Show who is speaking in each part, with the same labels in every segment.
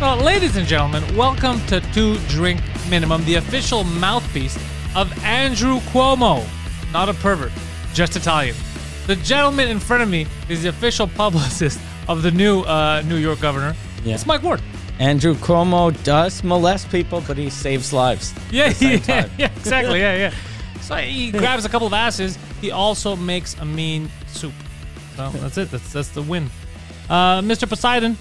Speaker 1: Well, ladies and gentlemen, welcome to Two Drink Minimum, the official mouthpiece of Andrew Cuomo. Not a pervert, just Italian. The gentleman in front of me is the official publicist of the new uh, New York governor.
Speaker 2: Yeah.
Speaker 1: It's Mike Ward.
Speaker 2: Andrew Cuomo does molest people, but he saves lives.
Speaker 1: Yeah,
Speaker 2: same
Speaker 1: yeah,
Speaker 2: time.
Speaker 1: yeah, exactly. Yeah, yeah. So he grabs a couple of asses. He also makes a mean soup. So that's it. That's that's the win. Uh, Mr. Poseidon,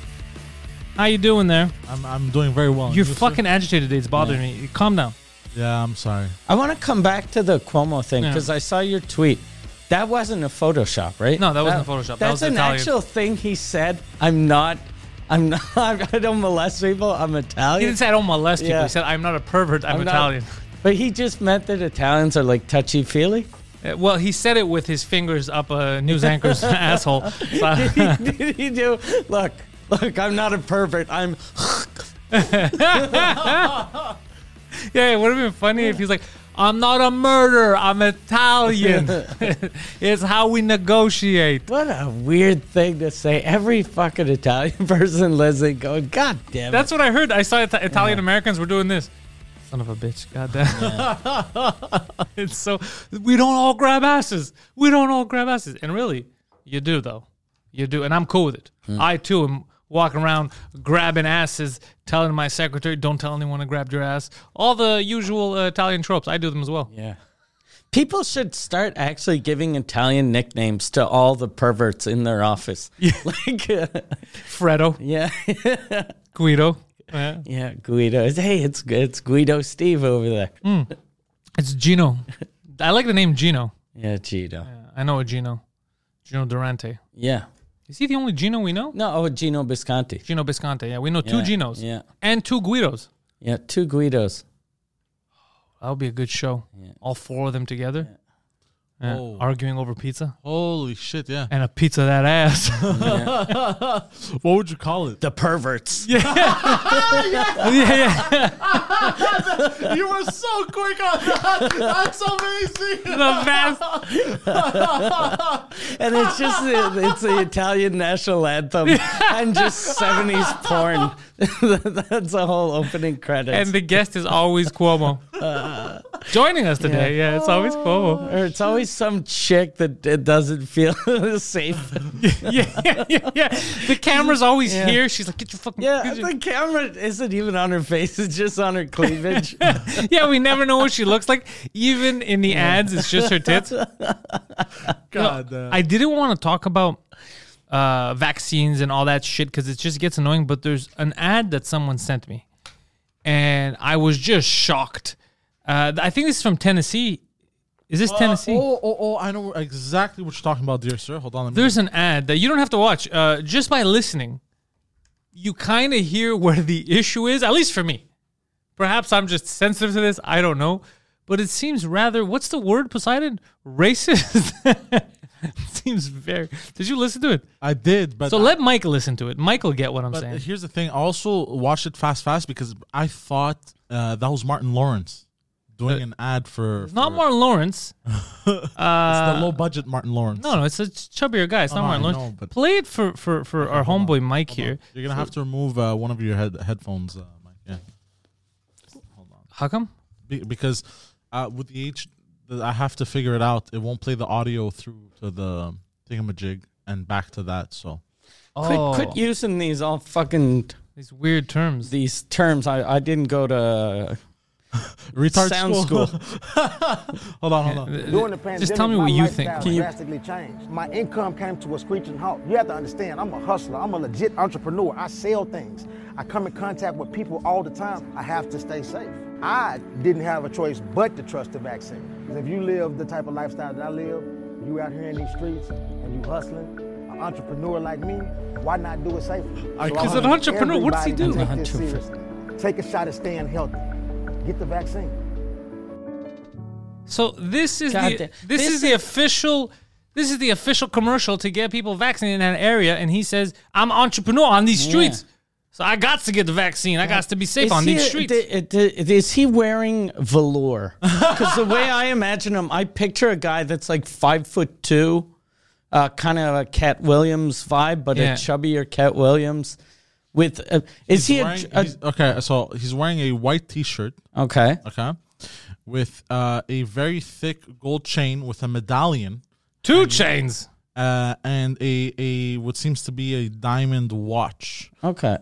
Speaker 1: how you doing there?
Speaker 3: I'm, I'm doing very well.
Speaker 1: You're
Speaker 3: Just-
Speaker 1: fucking agitated. It's bothering me. Calm down.
Speaker 3: Yeah, I'm sorry.
Speaker 2: I want to come back to the Cuomo thing
Speaker 1: Yeah.
Speaker 2: because I saw your tweet. That wasn't a Photoshop, right?
Speaker 1: No, that wasn't Photoshop. That
Speaker 2: That's
Speaker 1: was
Speaker 2: an
Speaker 1: Italian.
Speaker 2: actual thing he said. I'm not. I'm not. I don't molest people. I'm
Speaker 1: He
Speaker 2: Italian.
Speaker 1: didn't say I don't molest people.
Speaker 2: Yeah.
Speaker 1: He said I'm not a pervert. I'm,
Speaker 2: I'm not-
Speaker 1: Italian.
Speaker 2: but he just meant that Italians are like touchy feely.
Speaker 1: Uh, Well, he said it with his fingers up a news anchor's asshole. So-
Speaker 2: Did he do? Look, look. I'm not a pervert. I'm.
Speaker 1: Yeah, it would have been funny if he's like, I'm not a murderer, I'm Italian. it's how we negotiate.
Speaker 2: What a weird thing to say. Every fucking Italian person listening going, God damn it.
Speaker 1: That's what I heard. I saw Ita- Italian Americans were doing this. Son of a bitch, goddamn. it's so we don't all grab asses. We don't all grab asses, and really, you do though. You do, and I'm cool with it. I too am walking around grabbing asses, telling my secretary, "Don't tell anyone to grab your ass." All the usual uh, Italian tropes. I do them as well.
Speaker 2: Yeah. People should start actually giving Italian nicknames to all the perverts in their office. Yeah. Like, uh,
Speaker 1: Fredo,
Speaker 2: yeah,
Speaker 1: Guido. Yeah.
Speaker 2: yeah, Guido. Hey, it's it's Guido Steve over there.
Speaker 1: It's Gino. I like the name Gino.
Speaker 2: Yeah, Gino.
Speaker 1: I know a Gino. Gino Durante.
Speaker 2: Yeah.
Speaker 1: Is he the only Gino we know?
Speaker 2: No, oh, Gino Bisconti.
Speaker 1: Gino Bisconte. Yeah, we know two
Speaker 2: Yeah,
Speaker 1: Ginos.
Speaker 2: yeah.
Speaker 1: And two Guidos.
Speaker 2: Yeah, two Guidos.
Speaker 1: That would be a good show. All four of them together. Yeah,
Speaker 3: Oh.
Speaker 1: Arguing over pizza.
Speaker 3: Holy shit, yeah.
Speaker 1: And a pizza that ass.
Speaker 3: What would you call it?
Speaker 2: The perverts.
Speaker 1: yeah, yeah.
Speaker 3: you were so quick on that. That's amazing.
Speaker 1: The vast.
Speaker 2: And it's just the, it's the Italian national anthem and just 70s porn. That's a whole opening credits.
Speaker 1: And the guest is always Cuomo. Joining us today. Yeah, it's always Cuomo.
Speaker 2: or it's always some chick that that doesn't feel safe.
Speaker 1: Yeah, yeah, yeah, yeah. The camera's always
Speaker 2: Yeah.
Speaker 1: here. She's like, get your fucking.
Speaker 2: Yeah,
Speaker 1: get your-
Speaker 2: the camera isn't even on her face; it's just on her cleavage.
Speaker 1: yeah, we never know what she looks like. Even in the ads, it's just her tits.
Speaker 3: God, uh,
Speaker 1: I didn't want to talk about uh, vaccines and all that shit because it just gets annoying. But there's an ad that someone sent me, and I was just shocked. Uh, I think this is from Tennessee. Is this Tennessee?
Speaker 3: Oh, oh, oh, I know exactly what you're talking about, dear sir. Hold on a minute.
Speaker 1: There's an ad that you don't have to watch. Uh, just by listening, you kind of hear where the issue is. At least for me. Perhaps I'm just sensitive to this. I don't know, but it seems rather. What's the word, Poseidon? Racist. It seems very. Did you listen to it?
Speaker 3: I did, but
Speaker 1: So let Mike listen to it. Mike will get what I'm
Speaker 3: but
Speaker 1: saying.
Speaker 3: here's the thing. I also watched it fast, fast because I thought uh, that was Martin Lawrence doing an ad for,
Speaker 1: Uh, Not
Speaker 3: for-
Speaker 1: Martin Lawrence.
Speaker 3: it's the low budget Martin Lawrence.
Speaker 1: No, no, it's a chubbier guy. It's not
Speaker 3: Oh, no,
Speaker 1: Martin
Speaker 3: I
Speaker 1: Lawrence.
Speaker 3: know, but-
Speaker 1: Play it for for for our homeboy Mike here.
Speaker 3: You're gonna have to remove uh, one of your head- headphones, uh, Mike. Yeah,
Speaker 1: How come?
Speaker 3: Be- because uh, with the H, the- I have to figure it out. It won't play the audio through to the thingamajig and back to that. So
Speaker 1: Oh,
Speaker 2: quit, quit using these all fucking
Speaker 1: these weird terms.
Speaker 2: these terms. I, I didn't go to
Speaker 3: retard
Speaker 2: sound school.
Speaker 3: hold on, hold on.
Speaker 4: During the pandemic,
Speaker 1: tell me
Speaker 4: my
Speaker 1: what you
Speaker 4: lifestyle
Speaker 1: think. Can you-
Speaker 4: drastically changed. My income came to a screeching halt. You have to understand, I'm a hustler. I'm a legit entrepreneur. I sell things. I come in contact with people all the time. I have to stay safe. I didn't have a choice but to trust the vaccine. 'Cause if you live the type of lifestyle that I live, you out here in these streets and you hustling, an entrepreneur like me, why not do it safely? So I
Speaker 1: He's an
Speaker 4: want
Speaker 1: entrepreneur. What does he do?
Speaker 4: everybody to take this
Speaker 2: Entrepreneur.
Speaker 4: seriously. Take a shot at staying healthy. Get the vaccine.
Speaker 1: So this is
Speaker 2: God
Speaker 1: the
Speaker 2: damn-
Speaker 1: this,
Speaker 2: this
Speaker 1: is, the official this is the official commercial to get people vaccinated in that area, and he says I'm entrepreneur on these streets, so I got to get the vaccine. I got to be safe
Speaker 2: Is
Speaker 1: on
Speaker 2: he-
Speaker 1: these streets.
Speaker 2: d- d- is he wearing velour? Because the way I imagine him, I picture a guy that's like five foot two, uh, kind of a Cat Williams vibe, but
Speaker 1: Yeah.
Speaker 2: a chubbier Cat Williams with uh, is he a,
Speaker 3: Wearing-
Speaker 2: a-
Speaker 3: he's- okay, so he's wearing a white T-shirt,
Speaker 2: okay?
Speaker 3: okay, with uh, a very thick gold chain with a medallion
Speaker 1: Two chains.
Speaker 3: uh, and a, a what seems to be a diamond watch,
Speaker 2: Okay.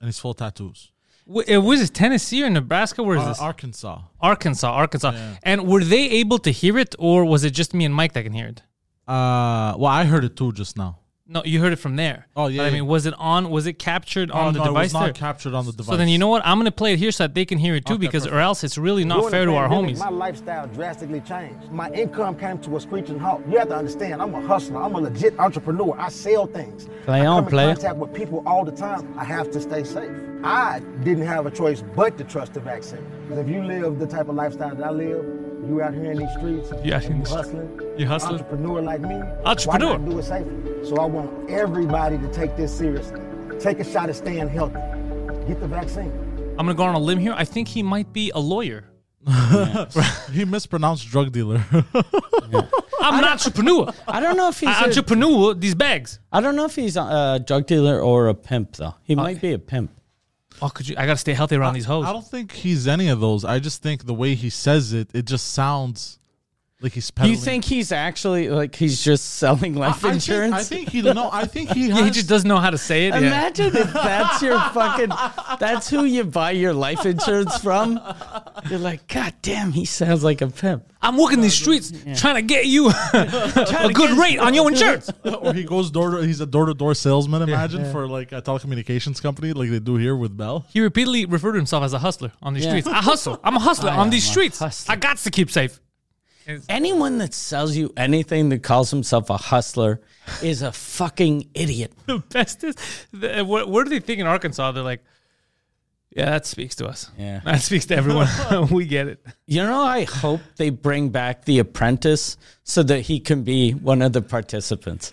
Speaker 3: and he's full tattoos.
Speaker 1: Wh- It was this Tennessee or Nebraska? Where is
Speaker 3: Uh,
Speaker 1: this?
Speaker 3: Arkansas.
Speaker 1: Arkansas, Arkansas. And were they able to hear it, or was it just me and Mike that can hear it?
Speaker 3: Uh, well, I heard it too just now.
Speaker 1: No, you heard it from there.
Speaker 3: Oh, yeah,
Speaker 1: But I
Speaker 3: yeah.
Speaker 1: mean, was it on? Was it captured
Speaker 3: Oh,
Speaker 1: on the
Speaker 3: no, it
Speaker 1: device
Speaker 3: was not
Speaker 1: there?
Speaker 3: captured on the device.
Speaker 1: so then you know what? I'm gonna play it here so that they can hear it too,
Speaker 3: Okay,
Speaker 1: because or
Speaker 3: perfect.
Speaker 1: else it's really not
Speaker 4: During
Speaker 1: fair
Speaker 4: the
Speaker 1: to our
Speaker 4: pandemic,
Speaker 1: homies.
Speaker 4: My lifestyle drastically changed. My income came to a screeching halt. You have to understand, I'm a hustler. I'm a legit entrepreneur. I sell things.
Speaker 2: Play
Speaker 4: I
Speaker 2: on,
Speaker 4: come in
Speaker 2: player.
Speaker 4: contact with people all the time. I have to stay safe. I didn't have a choice but to trust the vaccine. 'Cause if you live the type of lifestyle that I live, you out here in these streets,
Speaker 1: You out here in
Speaker 4: and
Speaker 1: these-
Speaker 4: hustling,
Speaker 1: you hustling.
Speaker 4: entrepreneur like me,
Speaker 1: Entrepreneur.
Speaker 4: Why not do it safely? So I want everybody to take this seriously. Take a shot at staying healthy. Get the vaccine.
Speaker 1: I'm gonna go on a limb here. I think he might be a lawyer.
Speaker 3: he mispronounced drug dealer.
Speaker 1: I'm an entrepreneur.
Speaker 2: I don't know if he's.
Speaker 1: I
Speaker 2: a-
Speaker 1: entrepreneur these bags.
Speaker 2: I don't know if he's a drug dealer or a pimp though. He might be a pimp.
Speaker 1: Oh, could you? I gotta stay healthy around these hoes.
Speaker 3: I don't think he's any of those. I just think the way he says it, it just sounds like he's
Speaker 2: Do
Speaker 3: peddling.
Speaker 2: you think he's actually like he's just selling life
Speaker 3: I think,
Speaker 2: insurance?
Speaker 3: I think he no. I think he. Has,
Speaker 1: yeah, he just doesn't know how to say it. Yeah.
Speaker 2: Imagine if that's your fucking that's who you buy your life insurance from. You're like, God damn, he sounds like a pimp.
Speaker 1: I'm walking these streets trying to get you a good rate on your insurance.
Speaker 3: or he goes door to. He's a door to door salesman. Imagine for like a telecommunications company, like they do here with Bell.
Speaker 1: He repeatedly referred to himself as a hustler on these
Speaker 2: Yeah.
Speaker 1: streets. I hustle. I'm a hustler on these
Speaker 2: am a
Speaker 1: streets.
Speaker 2: hustler.
Speaker 1: I got to keep safe.
Speaker 2: Anyone that sells you anything that calls himself a hustler is a fucking idiot.
Speaker 1: The best is, the, uh, what, what do they think in Arkansas? They're like, yeah, that speaks to us.
Speaker 2: Yeah.
Speaker 1: That speaks to everyone. we get it.
Speaker 2: You know, I hope they bring back the apprentice so that he can be one of the participants.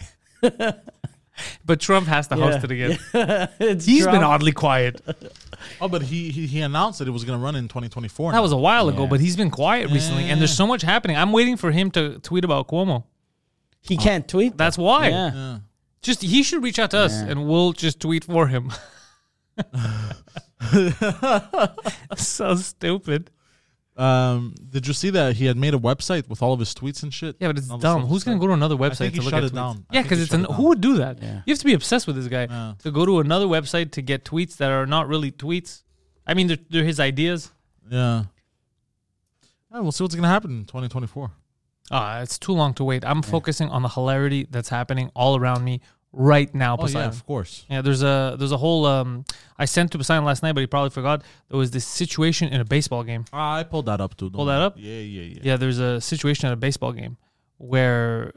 Speaker 1: But Trump has to host it again. He's
Speaker 2: It's
Speaker 1: been
Speaker 2: Trump.
Speaker 1: oddly quiet.
Speaker 3: Oh, but he he, he announced that it was going to run in 2024.
Speaker 1: That was a while ago,
Speaker 2: Yeah.
Speaker 1: but he's been quiet recently, and there's so much happening. I'm waiting for him to tweet about Cuomo.
Speaker 2: he can't tweet.
Speaker 1: That's why.
Speaker 2: yeah.
Speaker 1: Just he should reach out to us, and we'll just tweet for him. so stupid.
Speaker 3: um, did you see that he had made a website with all of his tweets and shit?
Speaker 1: Yeah, but it's
Speaker 3: All the
Speaker 1: dumb.
Speaker 3: stuff
Speaker 1: Who's
Speaker 3: he
Speaker 1: gonna
Speaker 3: said.
Speaker 1: go to another website
Speaker 3: think he
Speaker 1: to look
Speaker 3: shut
Speaker 1: at
Speaker 3: it
Speaker 1: tweets?
Speaker 3: down. I
Speaker 1: Yeah,
Speaker 3: think
Speaker 1: because
Speaker 3: he
Speaker 1: it's
Speaker 3: shut
Speaker 1: an,
Speaker 3: it down.
Speaker 1: who would do that?
Speaker 2: Yeah.
Speaker 1: You have to be obsessed with this guy to go to another website to get tweets that are not really tweets. I mean, they're, they're his ideas.
Speaker 3: Yeah. Yeah, we'll see what's gonna happen in 2024.
Speaker 1: Ah, it's too long to wait. I'm focusing on the hilarity that's happening all around me right now.
Speaker 3: Oh yeah,
Speaker 1: Poseidon.
Speaker 3: of course.
Speaker 1: Yeah, there's a there's a whole. Um, I sent to Poseidon last night, but he probably forgot. There was this situation in a baseball game.
Speaker 3: I pulled that up too. don't
Speaker 1: Pull that
Speaker 3: worry.
Speaker 1: up?
Speaker 3: Yeah, yeah, yeah.
Speaker 1: Yeah, there's a situation at a baseball game where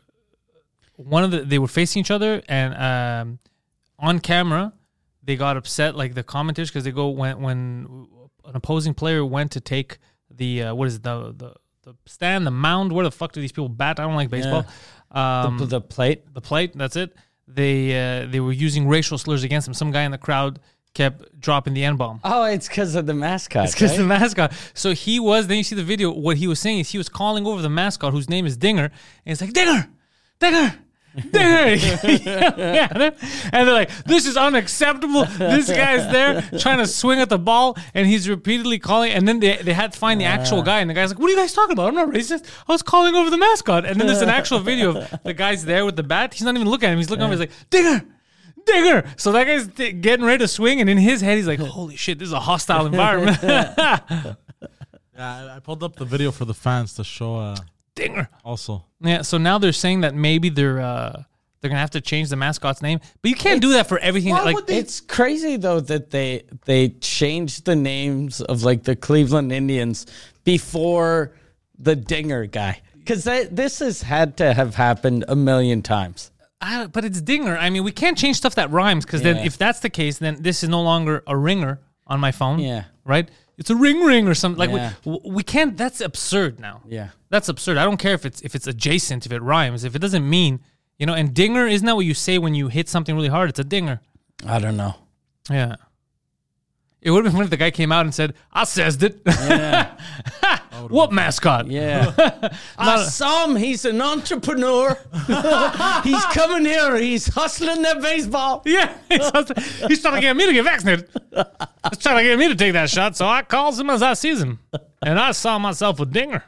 Speaker 1: one of the they were facing each other, and um, on camera they got upset, like the commentators, because they go when when an opposing player went to take the uh, what is it, the the the stand, the mound. Where the fuck do these people bat? I don't like baseball. Um,
Speaker 2: The- the plate.
Speaker 1: the plate. That's it. They uh, they were using racial slurs against him. Some guy in the crowd kept dropping the n bomb.
Speaker 2: Oh, it's because of the mascot.
Speaker 1: It's because
Speaker 2: right?
Speaker 1: the mascot. So he was. Then you see the video. What he was saying is he was calling over the mascot, whose name is Dinger, and it's like Dinger, Dinger. Dinger. yeah. And they're like, this is unacceptable. This guy's there trying to swing at the ball, and he's repeatedly calling. And then they, they had to find the actual guy, and the guy's like, What are you guys talking about? I'm not racist. I was calling over the mascot. And then there's an actual video of the guy's there with the bat. He's not even looking at him. He's looking over, he's like, Dinger, Digger. So that guy's t- getting ready to swing, and in his head, he's like, "Holy shit, this is a hostile environment."
Speaker 3: Yeah, Uh, I, I pulled up the video for the fans to show. Uh,
Speaker 1: Dinger.
Speaker 3: also,
Speaker 1: Yeah. So now they're saying that maybe they're uh, they're gonna have to change the mascot's name, but you can't do that for everything. Like,
Speaker 2: it's crazy though that they they changed the names of like the Cleveland Indians before the Dinger guy because this has had to have happened a million times.
Speaker 1: I, but it's Dinger. I mean, we can't change stuff that rhymes because
Speaker 2: Yeah.
Speaker 1: then if that's the case, then this is no longer a ringer on my phone.
Speaker 2: Yeah.
Speaker 1: Right. It's a ring ring or something. Like
Speaker 2: Yeah.
Speaker 1: we we can't. That's absurd now.
Speaker 2: Yeah.
Speaker 1: That's absurd. I don't care if it's if it's adjacent, if it rhymes, if it doesn't mean. You know, and dinger isn't that what you say when you hit something really hard? It's a dinger.
Speaker 2: I don't know.
Speaker 1: Yeah. It would have been funny if the guy came out and said, "I says it." what mascot?
Speaker 2: Yeah. I saw him. He's an entrepreneur. he's coming here. He's hustling that baseball.
Speaker 1: Yeah, he's, he's trying to get me to get vaccinated. He's trying to get me to take that shot. So I calls him as I sees him, and I saw myself a dinger.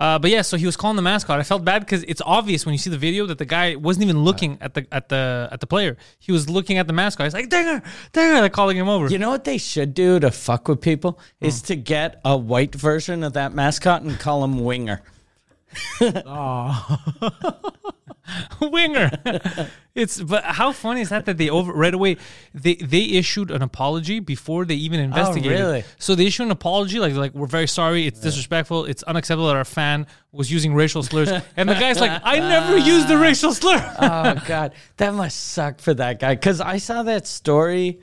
Speaker 1: Uh, but yeah, so he was calling the mascot. I felt bad because it's obvious when you see the video that the guy wasn't even looking at the at the at the player. He was looking at the mascot. He's like dinger, dinger. They're calling him over.
Speaker 2: You know what they should do to fuck with people is to get a white version of that mascot and call him Winger.
Speaker 1: winger. it's but how funny is that that they over right away they they issued an apology before they even investigated.
Speaker 2: Oh, really?
Speaker 1: So they issued an apology like like we're very sorry, it's disrespectful, it's unacceptable that our fan was using racial slurs. and the guy's like, I never used the racial slur.
Speaker 2: oh god, that must suck for that guy. Because I saw that story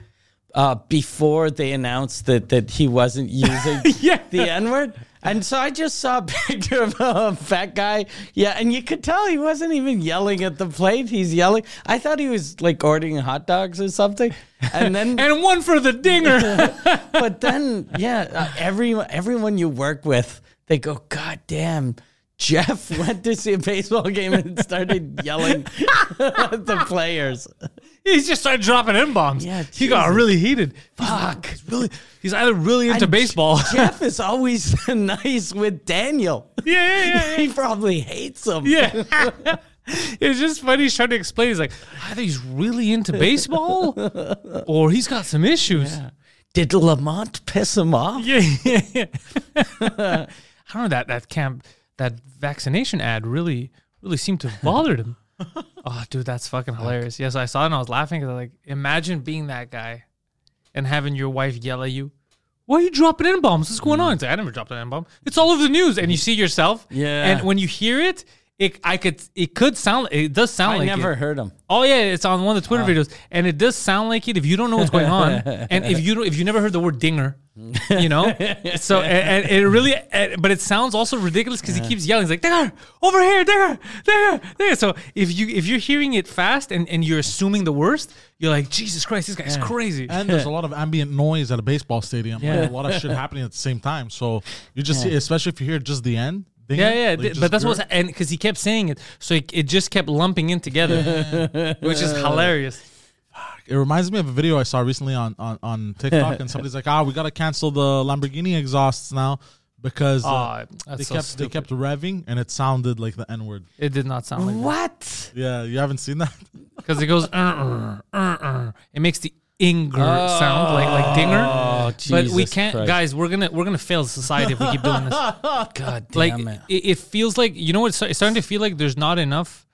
Speaker 2: uh, before they announced that that he wasn't using
Speaker 1: Yeah.
Speaker 2: the N word, and so I just saw a picture of a fat guy. Yeah, and you could tell he wasn't even yelling at the plate. He's yelling. I thought he was like ordering hot dogs or something, and then
Speaker 1: and one for the dinger.
Speaker 2: but then yeah, uh, everyone everyone you work with, they go, God damn. Jeff went to see a baseball game and started yelling at the players.
Speaker 1: he just started dropping in bombs.
Speaker 2: Yeah,
Speaker 1: he got
Speaker 2: Jesus.
Speaker 1: really heated.
Speaker 2: Fuck.
Speaker 1: He's really he's either really into
Speaker 2: And
Speaker 1: baseball.
Speaker 2: J- Jeff is always nice with Daniel.
Speaker 1: yeah, yeah, yeah, yeah.
Speaker 2: He probably hates him.
Speaker 1: Yeah. it's just funny. He's trying to explain. He's like, either he's really into baseball or he's got some issues.
Speaker 2: Did Lamont piss him off?
Speaker 1: Yeah. yeah, yeah. I don't know. That, that camp, that vaccination ad really, really seemed to have bothered him. oh, dude, that's fucking hilarious. Yes, I saw it and I was laughing because I like, imagine being that guy and having your wife yell at you. Why are you dropping N bombs? What's
Speaker 2: Mm.
Speaker 1: going on? It's like, I never dropped an N bomb. It's all over the news, and you see yourself.
Speaker 2: Yeah.
Speaker 1: And when you hear it, it I could it could sound it does sound
Speaker 2: I
Speaker 1: like
Speaker 2: never
Speaker 1: it.
Speaker 2: heard him.
Speaker 1: Oh yeah, it's on one of the Twitter videos, and it does sound like it. If you don't know what's going on, and if you don't, if you never heard the word dinger, you know, so and, and it really, and, but it sounds also ridiculous because he keeps yelling. He's like dinger over here, dinger, dinger, dinger. So if you if you're hearing it fast and and you're assuming the worst, you're like Jesus Christ, this guy's crazy.
Speaker 3: And there's a lot of ambient noise at a baseball stadium. Yeah. a lot of shit happening at the same time. So you just see, especially if you hear just the end. ding
Speaker 1: Yeah,
Speaker 3: it,
Speaker 1: yeah,
Speaker 3: like,
Speaker 1: th-
Speaker 3: just
Speaker 1: but that's
Speaker 3: hear
Speaker 1: what's
Speaker 3: it.
Speaker 1: and because he kept saying it, so it, it just kept lumping in together, which is hilarious.
Speaker 3: It reminds me of a video I saw recently on on, on TikTok, and somebody's like, "Ah, we gotta cancel the Lamborghini exhausts now because uh,
Speaker 1: Aw, Ah, that's
Speaker 3: they
Speaker 1: so
Speaker 3: kept
Speaker 1: stupid.
Speaker 3: they kept revving and it sounded like the N word."
Speaker 1: It did not sound like that.
Speaker 2: What?
Speaker 3: Yeah, you haven't seen that.
Speaker 1: because it goes uh, uh, uh. it makes the inger sound like
Speaker 3: Oh,
Speaker 1: like dinger but we
Speaker 2: Jesus
Speaker 1: can't
Speaker 2: Christ.
Speaker 1: guys we're gonna we're gonna fail as a society if we keep doing this
Speaker 2: God
Speaker 1: like
Speaker 2: damn it.
Speaker 1: it, it feels like you know what it's it's starting to feel like there's not enough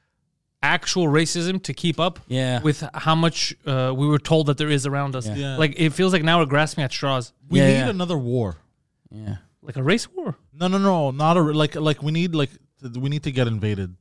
Speaker 1: actual racism to keep up
Speaker 2: Yeah.
Speaker 1: with how much uh, we were told that there is around us
Speaker 3: Yeah.
Speaker 1: like it feels like now we're grasping at straws
Speaker 3: We
Speaker 2: Yeah,
Speaker 3: need
Speaker 2: yeah.
Speaker 3: another war.
Speaker 2: Yeah.
Speaker 1: like a race war
Speaker 3: No, no, no, not a like like we need like th- we need to get invaded.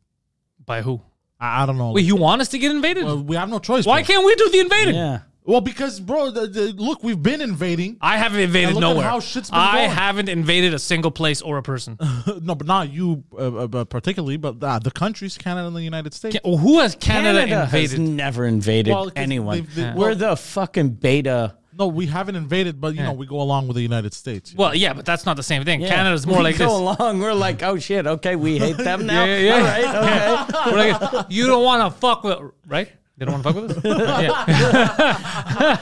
Speaker 1: by who
Speaker 3: I, I don't know.
Speaker 1: wait you want us to get invaded
Speaker 3: Well, Uh, we have no choice.
Speaker 1: why
Speaker 3: bro.
Speaker 1: can't we do the invading
Speaker 2: Yeah.
Speaker 3: Well, because bro, the, the, look, we've been invading.
Speaker 1: I haven't invaded
Speaker 3: look at
Speaker 1: nowhere.
Speaker 3: how shit's been
Speaker 1: I
Speaker 3: going.
Speaker 1: haven't invaded a single place or a person.
Speaker 3: No, but not you uh, uh, particularly, but uh, the countries, Canada and the United States.
Speaker 1: Well, who has Canada,
Speaker 2: Canada,
Speaker 1: invaded?
Speaker 2: has never invaded
Speaker 3: Well, 'cause
Speaker 2: anyone.
Speaker 3: they've been-
Speaker 2: We're the fucking beta.
Speaker 3: No, we haven't invaded, but you know we go along with the United States.
Speaker 1: Well, yeah, but that's not the same thing.
Speaker 2: Yeah.
Speaker 1: Canada's more
Speaker 2: We
Speaker 1: like
Speaker 2: go
Speaker 1: this.
Speaker 2: along. We're like, oh shit, okay, we hate them now.
Speaker 1: Yeah, yeah, yeah.
Speaker 2: All right, okay.
Speaker 1: We're like, you don't want to fuck with, right? They don't want to fuck with us.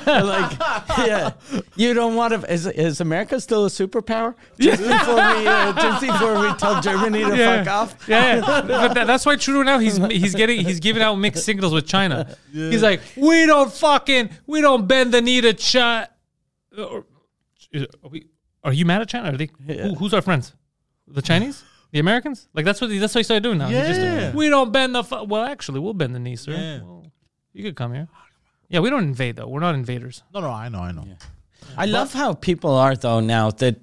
Speaker 1: Yeah.
Speaker 2: like, yeah, you don't want to. Is, is America still a superpower? Just before we, uh, just before we tell Germany to
Speaker 1: Yeah.
Speaker 2: fuck off.
Speaker 1: Yeah, yeah. but that, that's why Trudeau now he's he's getting he's giving out mixed signals with China. He's like, we don't fucking we don't bend the knee to China. Are, we- are you mad at China? Are they who, who's our friends? The Chinese, the Americans? Like that's what he- that's what he started doing now. He just,
Speaker 3: Yeah.
Speaker 1: we don't bend the fu- well. Actually, we'll bend the knee, sir.
Speaker 3: Yeah.
Speaker 1: Well, you could come here. Yeah, we don't invade though. We're not invaders.
Speaker 3: No, no, I know, I know.
Speaker 2: I love how people are though now that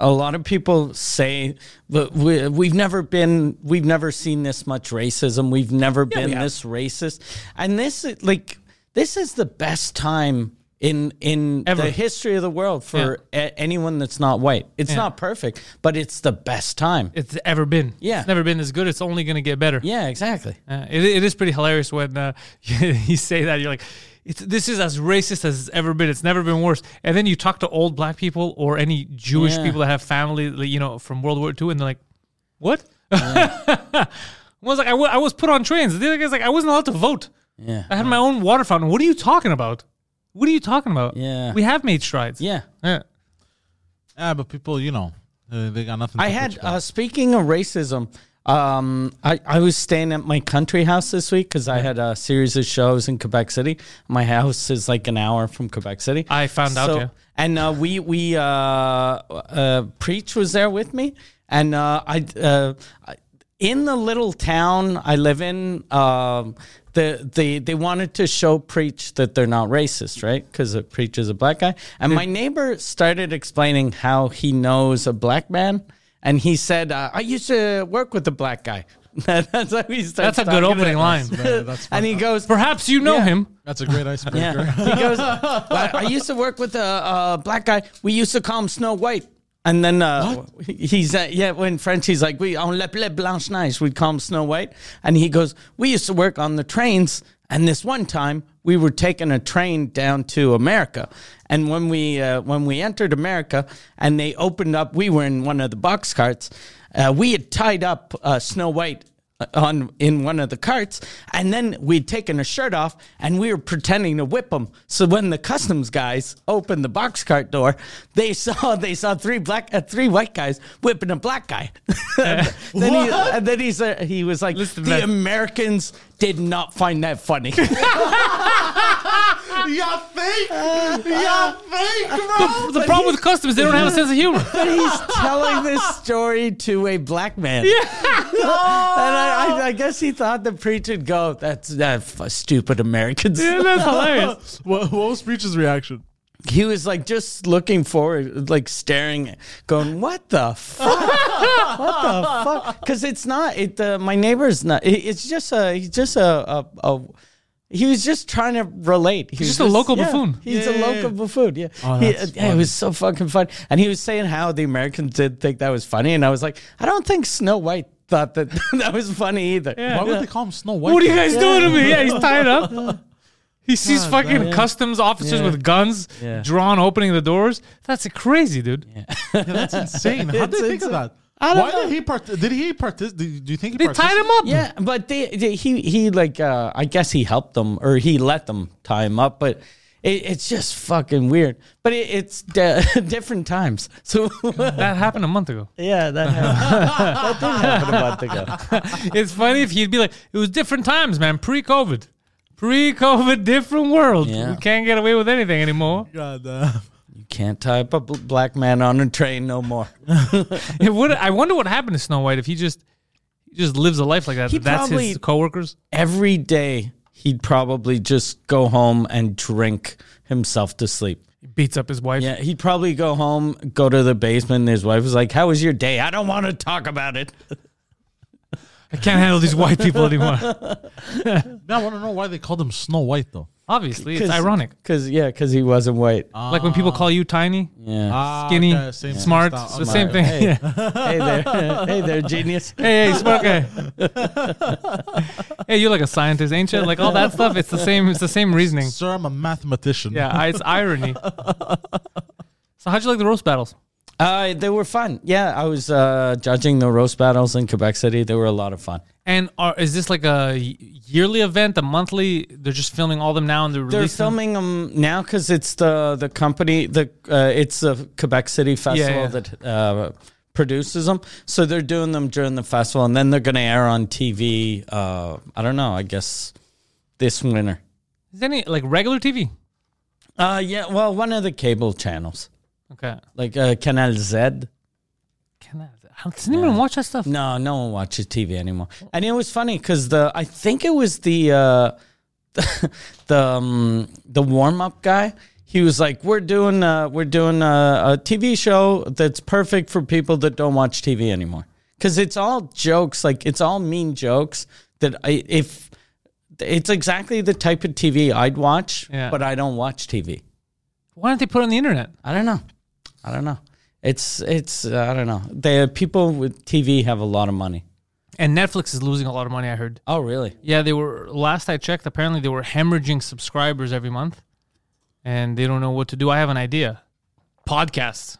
Speaker 2: a lot of people say "But we, we've never been we've never seen this much racism we've never been
Speaker 1: have.
Speaker 2: this racist and this is like this is the best time in in
Speaker 1: Ever.
Speaker 2: the history of the world for a- anyone that's not white it's not perfect but it's the best time
Speaker 1: It's ever been.
Speaker 2: Yeah.
Speaker 1: it's never been as good. It's only gonna get better.
Speaker 2: yeah exactly
Speaker 1: Uh, it, it is pretty hilarious when uh, you say that. You're like, it's, this is as racist as it's ever been. It's never been worse. And then you talk to old black people or any Jewish
Speaker 2: Yeah.
Speaker 1: people that have family, like, you know, from World War II, and they're like, what? I was like, I wa- I was put on trains. The other guy's like, I wasn't allowed to vote.
Speaker 2: Yeah.
Speaker 1: I had my own water fountain. What are you talking about? What are you talking about?
Speaker 2: Yeah.
Speaker 1: We have made strides.
Speaker 2: Yeah.
Speaker 1: Yeah.
Speaker 3: Yeah, but people, you know, they, they got nothing.
Speaker 2: I
Speaker 3: to
Speaker 2: had
Speaker 3: bitch about.
Speaker 2: uh, speaking of racism, um, I I was staying at my country house this week because I had a series of shows in Quebec City. My house is like an hour from Quebec City.
Speaker 1: I found out, yeah.
Speaker 2: And uh, we we uh, uh, preach was there with me, and uh, I. Uh, I in the little town I live in, um, the, the, they wanted to show Preach that they're not racist, right? Because Preach is a black guy.
Speaker 1: Hmm.
Speaker 2: And my neighbor started explaining how he knows a black man. And he said, uh, I used to work with a black guy. That's how he
Speaker 1: That's
Speaker 2: starts
Speaker 1: a good
Speaker 2: talking
Speaker 1: opening line.
Speaker 3: That's- that's
Speaker 2: and he goes,
Speaker 1: Perhaps you know
Speaker 2: Yeah.
Speaker 1: him.
Speaker 3: That's a great icebreaker.
Speaker 2: yeah. He goes, "Well, I used to work with a, a black guy. We used to call him Snow White. And then uh, he's, uh, yeah, when French, he's like, we, on l'appelait Blanche Neige, we'd call him Snow White. And he goes, we used to work on the trains. And this one time, we were taking a train down to America. And when we, uh, when we entered America and they opened up, we were in one of the box carts. Uh, we had tied up uh, Snow White on in one of the carts, and then we'd taken her shirt off, and we were pretending to whip him. So when the customs guys opened the box cart door, they saw they saw three black uh, three white guys whipping a black guy. then He, and then he's uh, he was like,
Speaker 1: Listen,
Speaker 2: the
Speaker 1: man.
Speaker 2: Americans did not find that funny.
Speaker 3: You think? You think,
Speaker 1: The,
Speaker 2: Oh,
Speaker 1: the problem with customs, they don't have a sense of humor.
Speaker 2: but he's telling this story to a black man. Yeah. and I, I, I guess he thought the preacher would go, "That's that stupid Americans."
Speaker 1: Yeah, that's hilarious.
Speaker 3: What, what was Preach's reaction?
Speaker 2: he was like just looking forward, like staring, going, "What the fuck? what the fuck?" Because it's not it. Uh, my neighbor's not. It, it's just a. He's just a, a, a. He was just trying to relate. He was
Speaker 1: just a local
Speaker 2: yeah,
Speaker 1: buffoon.
Speaker 2: He's
Speaker 3: Yeah,
Speaker 2: a
Speaker 3: yeah,
Speaker 2: local buffoon. Yeah.
Speaker 3: Oh,
Speaker 2: He-
Speaker 3: that's
Speaker 2: uh, yeah, it was so fucking fun. And he was saying how the Americans did think that was funny, and I was like, I don't think Snow White thought that that was funny either.
Speaker 3: Why would they call him Snow White?
Speaker 1: What are you
Speaker 3: though?
Speaker 1: guys doing to me? Yeah, he's tied up. He sees fucking customs officers
Speaker 2: Yeah.
Speaker 1: with guns
Speaker 2: Yeah.
Speaker 1: drawn opening the doors. That's crazy, dude.
Speaker 3: Yeah, that's insane. How did
Speaker 2: It's
Speaker 3: they think of
Speaker 2: insane.
Speaker 3: that?
Speaker 2: I don't
Speaker 3: Why
Speaker 2: know.
Speaker 3: did he part? Did he participate? Do you think he
Speaker 1: They tied him up.
Speaker 2: Yeah, but they, they- he he like uh, I guess he helped them or he let them tie him up, but it, it's just fucking weird. But it, it's di- different times, so
Speaker 1: That happened a month ago.
Speaker 2: yeah, that happened. that did happen a month ago.
Speaker 1: It's funny if he'd be like, it was different times, man, pre COVID. Pre COVID, different world.
Speaker 2: Yeah.
Speaker 1: We can't get away with anything anymore.
Speaker 3: God uh, damn.
Speaker 2: You can't tie up a bl- black man on a train no more.
Speaker 1: It would, I wonder what happened to Snow White if he just he just lives a life like that.
Speaker 2: He
Speaker 1: That's
Speaker 2: probably-
Speaker 1: his coworkers.
Speaker 2: Every day he'd probably just go home and drink himself to sleep.
Speaker 1: He beats up his wife.
Speaker 2: Yeah, he'd probably go home, go to the basement. And his wife was like, "How was your day?" I don't want to talk about it.
Speaker 1: I can't handle these white people anymore.
Speaker 3: Now I want to know why they called him Snow White though.
Speaker 1: Obviously, it's
Speaker 2: 'Cause-
Speaker 1: ironic. Uh,
Speaker 2: Cause yeah, cause he wasn't white.
Speaker 1: like when people
Speaker 2: Ah.
Speaker 1: call you tiny,
Speaker 2: yeah.
Speaker 3: Ah,
Speaker 1: skinny,
Speaker 3: okay, same
Speaker 1: smart,
Speaker 3: style.
Speaker 1: it's the
Speaker 3: Okay.
Speaker 1: same thing.
Speaker 2: Hey.
Speaker 1: Yeah.
Speaker 2: hey there, hey there, genius.
Speaker 1: hey, hey, smart guy. hey, you're like a scientist, ain't you? Like all that stuff. It's the same. It's the same reasoning.
Speaker 3: Sir, I'm a mathematician.
Speaker 1: Yeah, I- it's irony. So how'd you like the roast battles?
Speaker 2: Uh, they were fun. Yeah, I was uh, judging the roast battles in Quebec City. They were a lot of fun.
Speaker 1: And are, is this like a y- yearly event, a monthly? They're just filming all them now and they're,
Speaker 2: They're
Speaker 1: releasing them?
Speaker 2: filming them now because it's the the company the uh, it's the Quebec City festival
Speaker 1: yeah.
Speaker 2: that uh, produces them. So they're doing them during the festival, and then they're going to air on TV. Uh, I don't know. I guess this winter.
Speaker 1: Is there any like regular TV?
Speaker 2: Uh, yeah. Well, one of the cable channels,
Speaker 1: Okay,
Speaker 2: like uh, Canal Z.
Speaker 1: can I? I don't- Doesn't anyone watch that stuff?
Speaker 2: No, no one watches TV anymore. And it was funny because the I think it was the uh, the um, the warm up guy. He was like, "We're doing uh, we're doing a, a TV show that's perfect for people that don't watch TV anymore because it's all jokes. Like it's all mean jokes that I, if it's exactly the type of TV I'd watch,
Speaker 1: Yeah.
Speaker 2: but I don't watch TV.
Speaker 1: Why don't they put it on the internet?
Speaker 2: I don't know. I don't know. It's it's I don't know. The people with TV have a lot of money.
Speaker 1: And Netflix is losing a lot of money. I heard.
Speaker 2: Oh, really?
Speaker 1: Yeah, they were. Last I checked, apparently they were hemorrhaging subscribers every month, and they don't know what to do. I have an idea. Podcasts.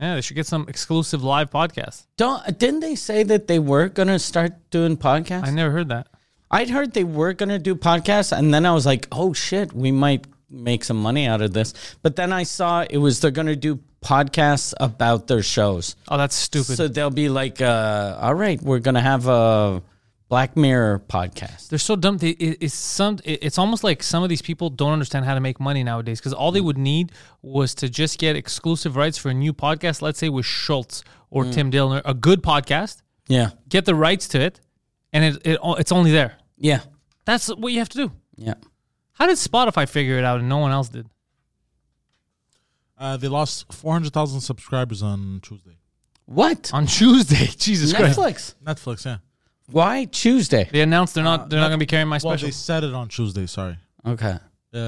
Speaker 1: Yeah, they should get some exclusive live podcasts.
Speaker 2: Don't didn't they say that they were gonna start doing podcasts?
Speaker 1: I never heard that.
Speaker 2: I'd heard they were going to do podcasts, and then I was like, oh shit, we might make some money out of this. But then I saw it was they're going to do podcasts about their shows.
Speaker 1: Oh, that's stupid.
Speaker 2: So they'll be like, uh, all right, we're going to have a Black Mirror podcast.
Speaker 1: They're so dumb. They, it, it's some. It, it's almost like some of these people don't understand how to make money nowadays. Because all they would need was to just get exclusive rights for a new podcast. Let's say with Schultz or Tim Dillner, a good podcast.
Speaker 2: Yeah.
Speaker 1: Get the rights to it, and it, it it's only there.
Speaker 2: Yeah.
Speaker 1: That's what you have to do.
Speaker 2: Yeah.
Speaker 1: How did Spotify figure it out and no one else did?
Speaker 3: Uh, they lost 400,000 subscribers on Tuesday.
Speaker 2: What?
Speaker 1: On Tuesday, Jesus Christ!
Speaker 2: Netflix.
Speaker 3: Netflix, yeah.
Speaker 2: Why Tuesday?
Speaker 1: They announced they're
Speaker 2: Uh,
Speaker 1: not they're not going to be carrying my
Speaker 3: Well,
Speaker 1: special.
Speaker 3: they said it on Tuesday, sorry.
Speaker 2: Okay.
Speaker 3: Uh,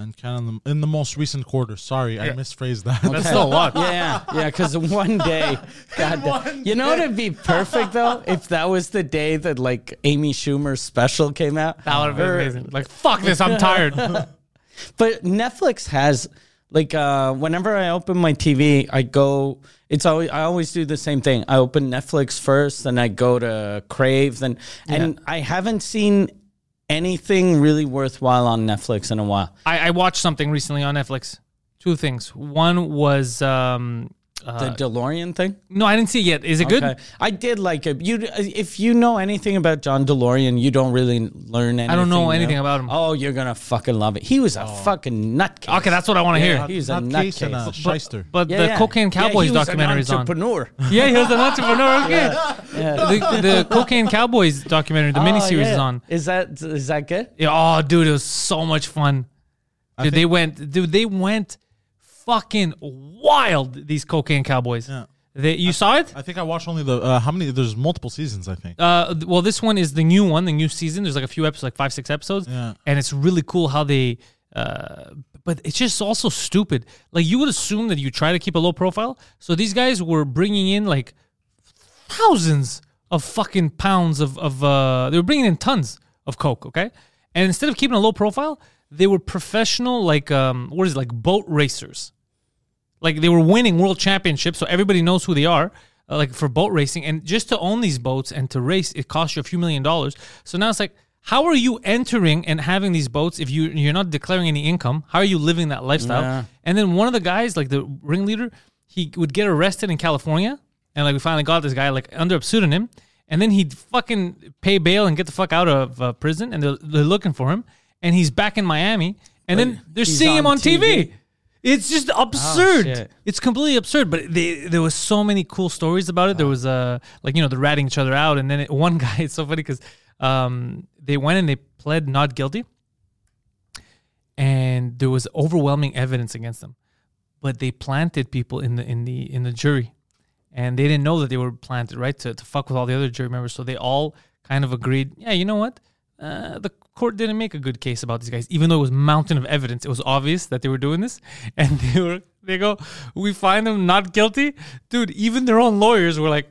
Speaker 3: and kind of in the most recent quarter. Sorry, I misphrased that.
Speaker 1: That's still a lot.
Speaker 2: Yeah, yeah, because one day, God, you know what would be perfect though if that was the day that like Amy Schumer's special came out.
Speaker 1: That would have been
Speaker 2: Or-
Speaker 1: amazing. Like fuck this, I'm tired.
Speaker 2: But Netflix has like uh whenever I open my TV, I go it's always I always do the same thing. I open Netflix first, then I go to Crave, then and I haven't seen anything really worthwhile on Netflix in a while.
Speaker 1: I, I watched something recently on Netflix. Two things. One was um,
Speaker 2: The DeLorean thing?
Speaker 1: no, I didn't see it yet. Is it good?
Speaker 2: Okay. I did like it. You if you know anything about John DeLorean, you don't really learn anything.
Speaker 1: know
Speaker 2: new.
Speaker 1: anything about him. Oh.
Speaker 2: Oh, you're going to fucking love it. He was a fucking nutcase.
Speaker 1: Okay, that's what I want to hear.
Speaker 2: he was a
Speaker 3: Not case and a
Speaker 2: nutcase.
Speaker 3: shyster.
Speaker 1: But
Speaker 2: Yeah,
Speaker 1: the
Speaker 2: yeah.
Speaker 1: Cocaine
Speaker 2: Yeah,
Speaker 1: Cowboys
Speaker 2: he was an
Speaker 1: documentary is on.
Speaker 2: entrepreneur.
Speaker 1: Yeah, he was an entrepreneur. Okay. The, the Cocaine Cowboys documentary, the
Speaker 2: Oh,
Speaker 1: miniseries
Speaker 2: yeah.
Speaker 1: is on.
Speaker 2: Is that is that good?
Speaker 1: Yeah, oh, dude, it was so much fun. Dude, they went. Dude, they went fucking wild. These Cocaine Cowboys.
Speaker 3: Yeah.
Speaker 1: They, you saw it?
Speaker 3: I think I watched only the uh, how many? There's multiple seasons, I think.
Speaker 1: uh, th- well, this one is the new one, the new season. There's like a few episodes, like five, six episodes,
Speaker 3: Yeah.
Speaker 1: and it's really cool how they. Uh, but it's just also stupid. Like you would assume that you try to keep a low profile, so these guys were bringing in like thousands of fucking pounds of of. Uh, they were bringing in tons of coke, okay? And instead of keeping a low profile, they were professional, like um, what is it, like boat racers like they were winning world championships, so everybody knows who they are. uh, Like for boat racing, and just to own these boats and to race, it costs you a few million dollars. So now it's like, how are you entering and having these boats if you you're not declaring any income? How are you living that lifestyle?
Speaker 2: Yeah.
Speaker 1: And then one of the guys, like the ringleader, he would get arrested in California, and like we finally got this guy like under a pseudonym, and then he'd fucking pay bail and get the fuck out of uh, prison, and they're, they're looking for him, and he's back in Miami, and then they're
Speaker 2: he's
Speaker 1: seeing him
Speaker 2: on
Speaker 1: on TV.
Speaker 2: TV.
Speaker 1: It's just absurd.
Speaker 2: shit.
Speaker 1: it's completely absurd. But they, there was so many cool stories about it. There was uh, like you know, they're ratting each other out, and then it, one guy. It's so funny because um, they went and they pled not guilty, and there was overwhelming evidence against them, but they planted people in the in the in the jury, and they didn't know that they were planted, right? To to fuck with all the other jury members, so they all kind of agreed. Yeah, you know what? Uh, the court didn't make a good case about these guys, even though it was mountain of evidence. It was obvious that they were doing this, and they were they go, we find them not guilty, dude. Even their own lawyers were like,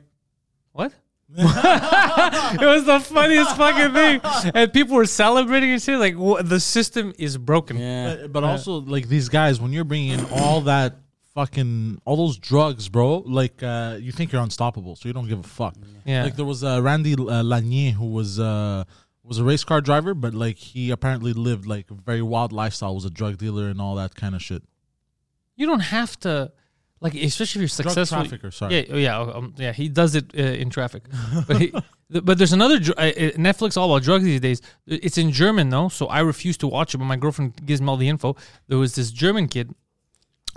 Speaker 1: what? it was the funniest fucking thing, and people were celebrating and shit. Like wha- the system is broken.
Speaker 2: Yeah.
Speaker 3: Uh, But, but also, like these guys, when you're bringing in all that fucking all those drugs, bro, like uh, you think you're unstoppable, so you don't give a fuck.
Speaker 1: Yeah.
Speaker 3: Like there was uh, Randy uh, Lanier who was uh, was a race car driver, but like he apparently lived like a very wild lifestyle, was a drug dealer and all that kind of shit.
Speaker 1: you don't have to like especially if you're successful
Speaker 3: trafficker, sorry.
Speaker 1: yeah oh, yeah oh, um, yeah he does it uh, in traffic but he, th- but there's another dr- uh, uh, netflix all about drugs these days it's in german though so i refuse to watch it but my girlfriend gives me all the info there was this german kid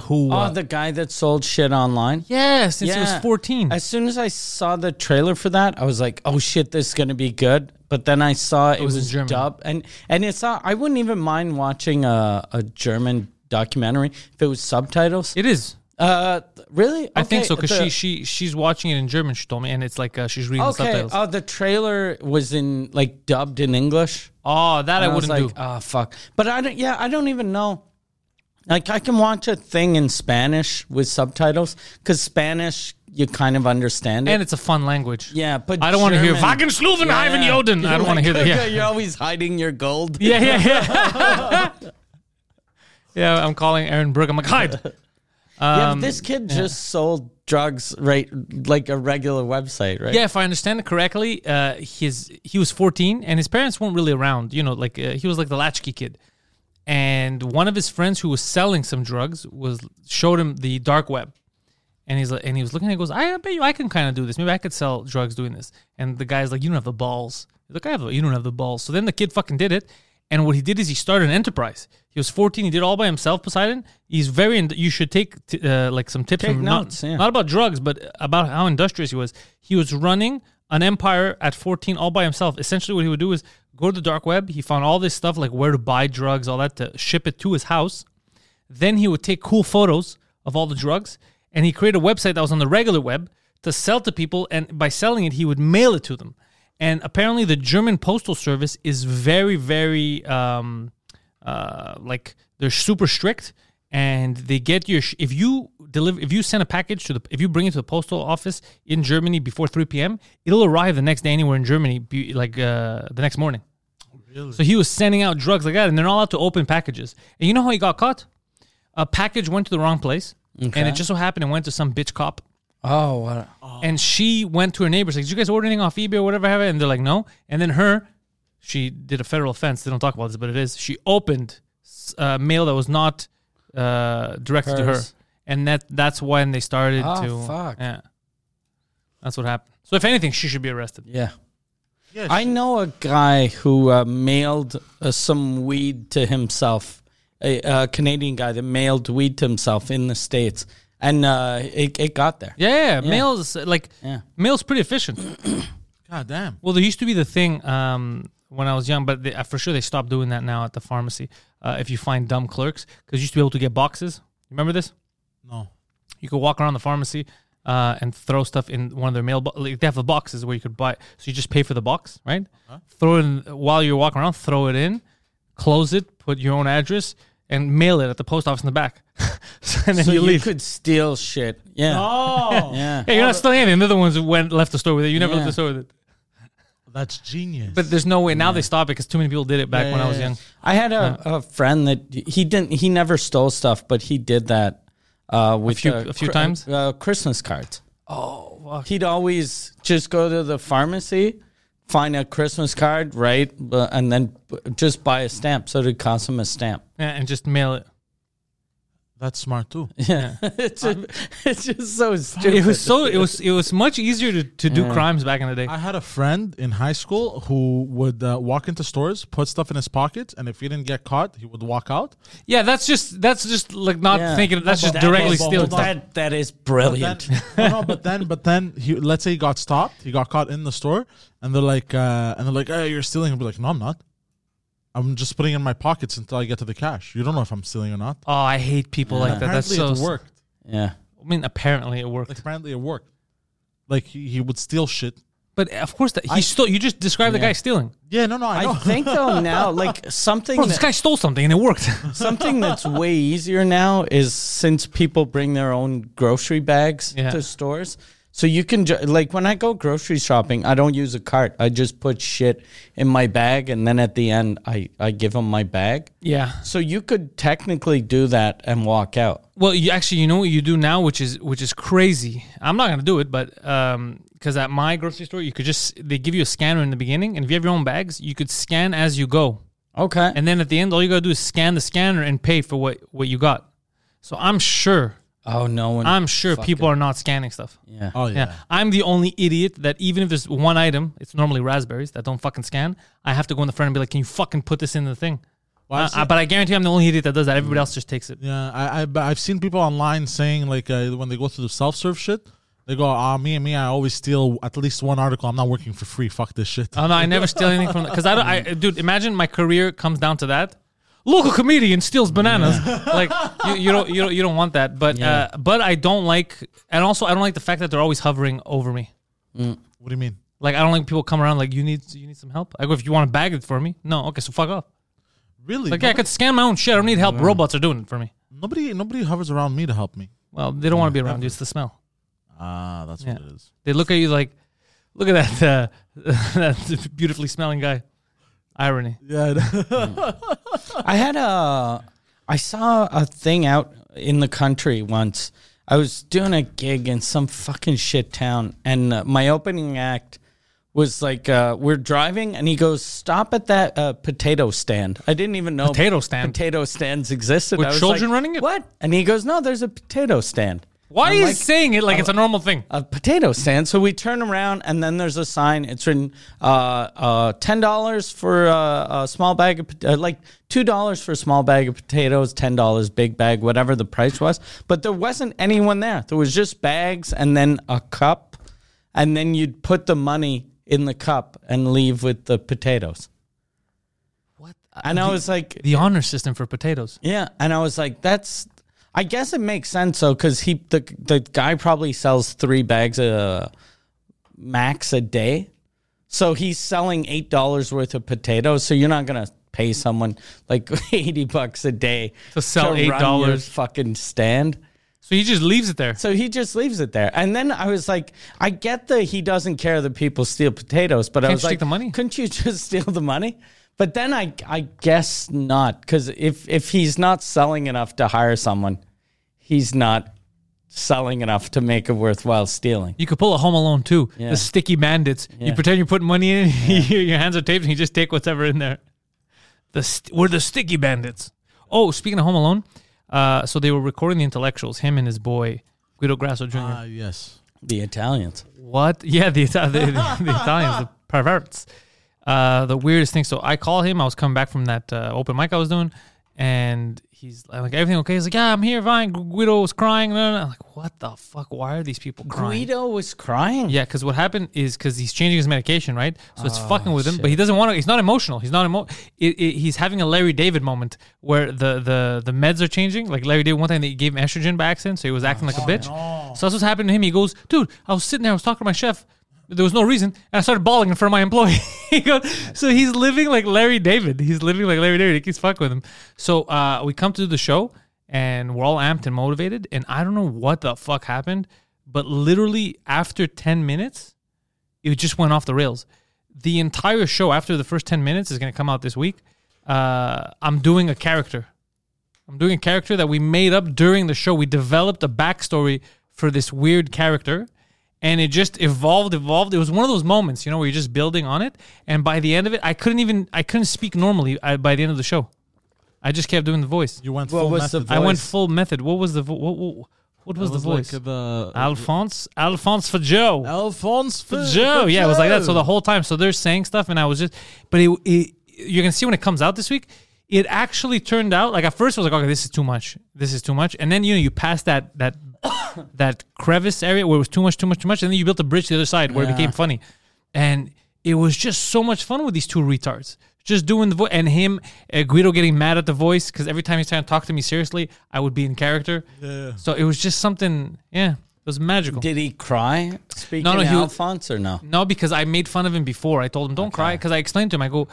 Speaker 1: who uh,
Speaker 2: Oh, the guy that sold shit online.
Speaker 1: yeah since he was
Speaker 2: Yeah.
Speaker 1: 14
Speaker 2: As soon as I saw the trailer for that, I was like, "Oh shit, this is gonna be good." But then I saw it,
Speaker 1: was in
Speaker 2: was
Speaker 1: German.
Speaker 2: dubbed, and and it's not, I wouldn't even mind watching a, a German documentary if it was subtitles.
Speaker 1: it is
Speaker 2: uh, really?
Speaker 1: i think
Speaker 2: Okay,
Speaker 1: so because she,
Speaker 2: the-
Speaker 1: she she's watching it in german she told me and it's like uh, she's reading the
Speaker 2: Okay.
Speaker 1: subtitles
Speaker 2: Oh, the trailer was in like dubbed in English.
Speaker 1: oh that i
Speaker 2: And was
Speaker 1: wouldn't
Speaker 2: like,
Speaker 1: do
Speaker 2: Ah, fuck. But I don't. Yeah, I don't even know. Like, I can watch a thing in Spanish with subtitles because Spanish you kind of understand it.
Speaker 1: and it's a fun language.
Speaker 2: yeah, but
Speaker 1: I don't want to hear
Speaker 2: German-
Speaker 1: Wagen Schluven Ivan
Speaker 2: Yeah.
Speaker 1: Yoden. I don't want to hear that. Yeah.
Speaker 2: You're always hiding your gold.
Speaker 1: Yeah, yeah, yeah. yeah, I'm calling Aaron Brook. I'm like, hide.
Speaker 2: Um, Yeah, but this kid just sold drugs, right? Like a regular website, right?
Speaker 1: Yeah, if I understand it correctly, uh, his he was 14 and his parents weren't really around. You know, like uh, he was like the latchkey kid. And one of his friends who was selling some drugs was showed him the dark web, and he's like, and he was looking. at it, He goes, I bet you I can kind of do this. Maybe I could sell drugs doing this. And the guy's like, you don't have the balls. He's like, I have. the- You don't have the balls. So then the kid fucking did it. And what he did is he started an enterprise. He was 14. He did it all by himself. Poseidon. He's very. ind- You should take t- uh, like some tips
Speaker 2: Take
Speaker 1: from
Speaker 2: notes,
Speaker 1: not,
Speaker 2: yeah.
Speaker 1: not about drugs, but about how industrious he was. He was running an empire at 14 all by himself. Essentially, what he would do is go to the dark web. He found all this stuff, like where to buy drugs, all that, to ship it to his house. Then he would take cool photos of all the drugs and he created a website that was on the regular web to sell to people. And by selling it, he would mail it to them. And apparently, the German postal service is very, very um, uh, like they're super strict and they get your sh- if you deliver if you send a package to the if you bring it to the postal office in Germany before 3 p.m. it'll arrive the next day anywhere in Germany be, like uh, the next morning. So he was sending out drugs like that and they're not allowed to open packages. And you know how he got caught? A package went to the wrong place and it just so happened it went to some bitch cop
Speaker 2: Oh, what?
Speaker 1: and she went to her neighbors like, "Did you guys order anything off eBay or whatever?" Have it? And they're like, "No." And then her, she did a federal offense. They don't talk about this, but it is. She opened s- uh, mail that was not uh, directed to her,
Speaker 2: Hers.
Speaker 1: and that that's when they started
Speaker 2: Ah,
Speaker 1: to.
Speaker 2: fuck.
Speaker 1: Yeah, that's what happened. So if anything, she should be arrested.
Speaker 2: Yeah.
Speaker 3: Yeah,
Speaker 2: I know a guy who uh, mailed uh, some weed to himself. A, a Canadian guy that mailed weed to himself in the states, and uh, it, it got there.
Speaker 1: Yeah, yeah, mail's like
Speaker 2: Yeah.
Speaker 1: mail's pretty efficient.
Speaker 3: God damn.
Speaker 1: Well, there used to be the thing um, when I was young, but they, uh, for sure they stopped doing that now at the pharmacy. Uh, if you find dumb clerks, because you used to be able to get boxes. Remember this?
Speaker 3: No.
Speaker 1: you could walk around the pharmacy uh, and throw stuff in one of their mail. Like they have the boxes where you could buy. So you just pay for the box, right?
Speaker 2: Uh-huh.
Speaker 1: Throw it in while you're walking around. Throw it in, close it, put your own address, and mail it at the post office in the back. So- and then
Speaker 2: So
Speaker 1: you
Speaker 2: you,
Speaker 1: leave.
Speaker 2: could steal shit. Yeah.
Speaker 3: Oh,
Speaker 2: Yeah.
Speaker 1: hey, you're not stealing anything. They're the ones who went left the store with it. You never left
Speaker 2: Yeah.
Speaker 1: the store with it.
Speaker 3: that's genius.
Speaker 1: But there's no way. Now they stop it because too many people did it back when I was
Speaker 2: Yeah.
Speaker 1: young.
Speaker 2: I had a, a friend that he didn't. He never stole stuff, but he did that uh, with
Speaker 1: few-
Speaker 2: the
Speaker 1: a few
Speaker 2: cri-
Speaker 1: times?
Speaker 2: Uh, Christmas cards. Oh, he'd always just go to the pharmacy, find a Christmas card, right, bu- and then bu- just buy a stamp. So it cost him a stamp.
Speaker 1: Yeah, and just mail it.
Speaker 3: that's smart too.
Speaker 2: it's, a, it's just so stupid.
Speaker 1: It was so. It was. It was much easier to, to do crimes back in the day.
Speaker 3: I had a friend in high school who would uh, walk into stores, put stuff in his pockets, and if he didn't get caught, he would walk out.
Speaker 1: yeah, that's just. That's just like not
Speaker 2: Yeah.
Speaker 1: thinking. That's just
Speaker 2: That
Speaker 1: directly
Speaker 2: is-
Speaker 1: stealing. stuff.
Speaker 2: That that is
Speaker 3: Then,
Speaker 2: brilliant.
Speaker 3: no, no, but then, but then, he, let's say he got stopped. He got caught in the store, and they're like, uh, and they're like, "Hey, you're stealing." He'll be like, "No, I'm not. I'm just putting it in my pockets until I get to the cash. You don't know if I'm stealing or not."
Speaker 1: Oh, I hate people like that. That's
Speaker 3: Apparently,
Speaker 1: so.
Speaker 3: it worked.
Speaker 2: yeah.
Speaker 1: I mean, apparently it worked,
Speaker 3: Like, apparently, it worked. Like he, he would steal shit.
Speaker 1: but of course that he stole. You just described the guy stealing.
Speaker 3: Yeah, no, no, I,
Speaker 2: I
Speaker 3: know.
Speaker 2: think though now, like something
Speaker 1: Bro,
Speaker 2: that-
Speaker 1: this guy stole something and it worked.
Speaker 2: Something that's way easier now is since people bring their own grocery bags
Speaker 1: Yeah.
Speaker 2: to stores. So you can ju- like when I go grocery shopping, I don't use a cart. I just put shit in my bag and then at the end I I give them my bag.
Speaker 1: yeah.
Speaker 2: So you could technically do that and walk out.
Speaker 1: Well, you actually, you know what you do now, which is which is crazy. I'm not gonna do it, but um, because at my grocery store, you could just they give you a scanner in the beginning, and if you have your own bags, you could scan as you go,
Speaker 2: Okay.
Speaker 1: and then at the end, all you gotta do is scan the scanner and pay for what what you got. So I'm sure,
Speaker 2: oh no one.
Speaker 1: I'm sure people are not scanning stuff.
Speaker 2: yeah.
Speaker 3: Oh yeah.
Speaker 1: Yeah. I'm the only idiot that even if there's one item, it's normally raspberries that don't fucking scan. I have to go in the front and be like, "Can you fucking put this in the thing?"
Speaker 3: Well, I've
Speaker 1: Uh,
Speaker 3: seen-
Speaker 1: but I guarantee I'm the only idiot that does that. Everybody else just takes it.
Speaker 3: Yeah, I, I but I've seen people online saying like uh, when they go through the self serve shit, they go, "Ah, me and me, I always steal at least one article. I'm not working for free. Fuck this shit."
Speaker 1: Oh no, I never steal anything from because I don't. I, dude, imagine my career comes down to that. Local comedian steals bananas. Like you, you don't, you don't, you don't want that. But uh, but I don't like, and also I don't like the fact that they're always hovering over me.
Speaker 3: what do you mean?
Speaker 1: Like I don't like people come around like you need, you need some help. I go if you want to bag it for me. No, okay, so fuck off.
Speaker 3: Really?
Speaker 1: Like yeah, I could scan my own shit. I don't need help. Robots are doing it for me.
Speaker 3: nobody, nobody hovers around me to help me.
Speaker 1: Well, they don't want to be around you. It's the smell.
Speaker 3: Ah, that's what
Speaker 1: Yeah.
Speaker 3: it is.
Speaker 1: They look at you like, look at that uh, that beautifully smelling guy. Irony.
Speaker 3: Yeah.
Speaker 2: I had a I saw a thing out in the country once. I was doing a gig in some fucking shit town and uh, my opening act was like uh, we're driving and he goes stop at that uh, potato stand. I didn't even know
Speaker 1: Potato stand?
Speaker 2: potato stands existed.
Speaker 1: Were
Speaker 2: I was
Speaker 1: children
Speaker 2: like,
Speaker 1: running it?
Speaker 2: What? And he goes no, there's a potato stand.
Speaker 1: Why are
Speaker 2: I'm
Speaker 1: you
Speaker 2: like-
Speaker 1: saying it like it's a normal thing?
Speaker 2: a potato stand. So we turn around, and then there's a sign. It's written uh, uh, ten dollars for uh, a small bag of pot- uh, like two dollars for a small bag of potatoes, ten dollars big bag, whatever the price was. But there wasn't anyone there. There was just bags and then a cup, and then you'd put the money in the cup and leave with the potatoes.
Speaker 1: What?
Speaker 2: And I was like,
Speaker 1: The honor system for potatoes.
Speaker 2: yeah, and I was like, that's. I guess it makes sense though, because he the the guy probably sells three bags a max a day, so he's selling eight dollars worth of potatoes. So you're not gonna pay someone like eighty bucks a day
Speaker 1: To sell
Speaker 2: run your
Speaker 1: $8.
Speaker 2: fucking stand.
Speaker 1: So he just leaves it there.
Speaker 2: So he just leaves it there. And then I was like, I get that he doesn't care that people steal potatoes, but I
Speaker 1: Can't
Speaker 2: was
Speaker 1: you
Speaker 2: like,
Speaker 1: take the money?
Speaker 2: couldn't you just steal the money? But then I, I guess not, because if if he's not selling enough to hire someone, he's not selling enough to make it worthwhile stealing.
Speaker 1: You could pull a Home Alone too. The sticky bandits. You pretend you're putting money in. your hands are taped, and you just take whatever in there. The st- we're the sticky bandits. Oh, speaking of Home Alone, uh, so they were recording the intellectuals, him and his boy Guido Grasso Jr.
Speaker 3: Ah, yes.
Speaker 2: The Italians.
Speaker 1: What? Yeah, the, Ita- the, the, the Italians, the perverts. Uh, the weirdest thing. So I call him. I was coming back from that uh, open mic I was doing, and he's I'm like, "Everything okay?" He's like, "Yeah, I'm here, fine." Gu- Guido was crying. blah, blah, blah. I'm like, "What the fuck? Why are these people crying?"
Speaker 2: Guido was crying.
Speaker 1: Yeah, because what happened is because he's changing his medication, right? So it's fucking with him, but he doesn't want to. He's not emotional. He's not emo. It, it, he's having a Larry David moment where the the the meds are changing. Like Larry David, one time they gave him estrogen by accident, so he was acting like a bitch. So that's what's happened to him. He goes, dude, I was sitting there, I was talking to my chef. There was no reason, and I started bawling in front of my employee. he goes, so he's living like Larry David. He's living like Larry David. He keeps fucking with him. So uh, we come to do the show, and we're all amped and motivated. And I don't know what the fuck happened, but literally after ten minutes, it just went off the rails. The entire show after the first 10 minutes is going to come out this week. Uh, I'm doing a character. I'm doing a character that we made up during the show. We developed a backstory for this weird character and it just evolved evolved it was one of those moments you know where you're just building on it and by the end of it i couldn't even i couldn't speak normally I, by the end of the show i just kept doing the voice
Speaker 3: You went
Speaker 2: What
Speaker 3: full
Speaker 2: was the
Speaker 3: method.
Speaker 1: i went
Speaker 2: voice.
Speaker 1: full method what was the vo- what, what, what was,
Speaker 3: It was
Speaker 1: the voice
Speaker 3: Like the
Speaker 1: alphonse alphonse for joe
Speaker 3: Alphonse for
Speaker 1: Joe. Yeah, it was like that. So the whole time, so they're saying stuff, and I was just, but it, it you're gonna see when it comes out this week. It actually turned out like at first I was like, okay, this is too much. This is too much. And then you know you passed that that that crevice area where it was too much, too much, too much, and then you built a bridge to the other side where it became funny, and it was just so much fun with these two retards. Just doing the voice and him, uh, Guido getting mad at the voice because every time he's trying to talk to me seriously, I would be in character.
Speaker 3: yeah.
Speaker 1: So it was just something, yeah, it was magical.
Speaker 2: Did he cry? Speaking
Speaker 1: No, no,
Speaker 2: of
Speaker 1: he-
Speaker 2: Alphonse or no?
Speaker 1: No, because I made fun of him before. I told him, "Don't cry," because I explained to him, "I go,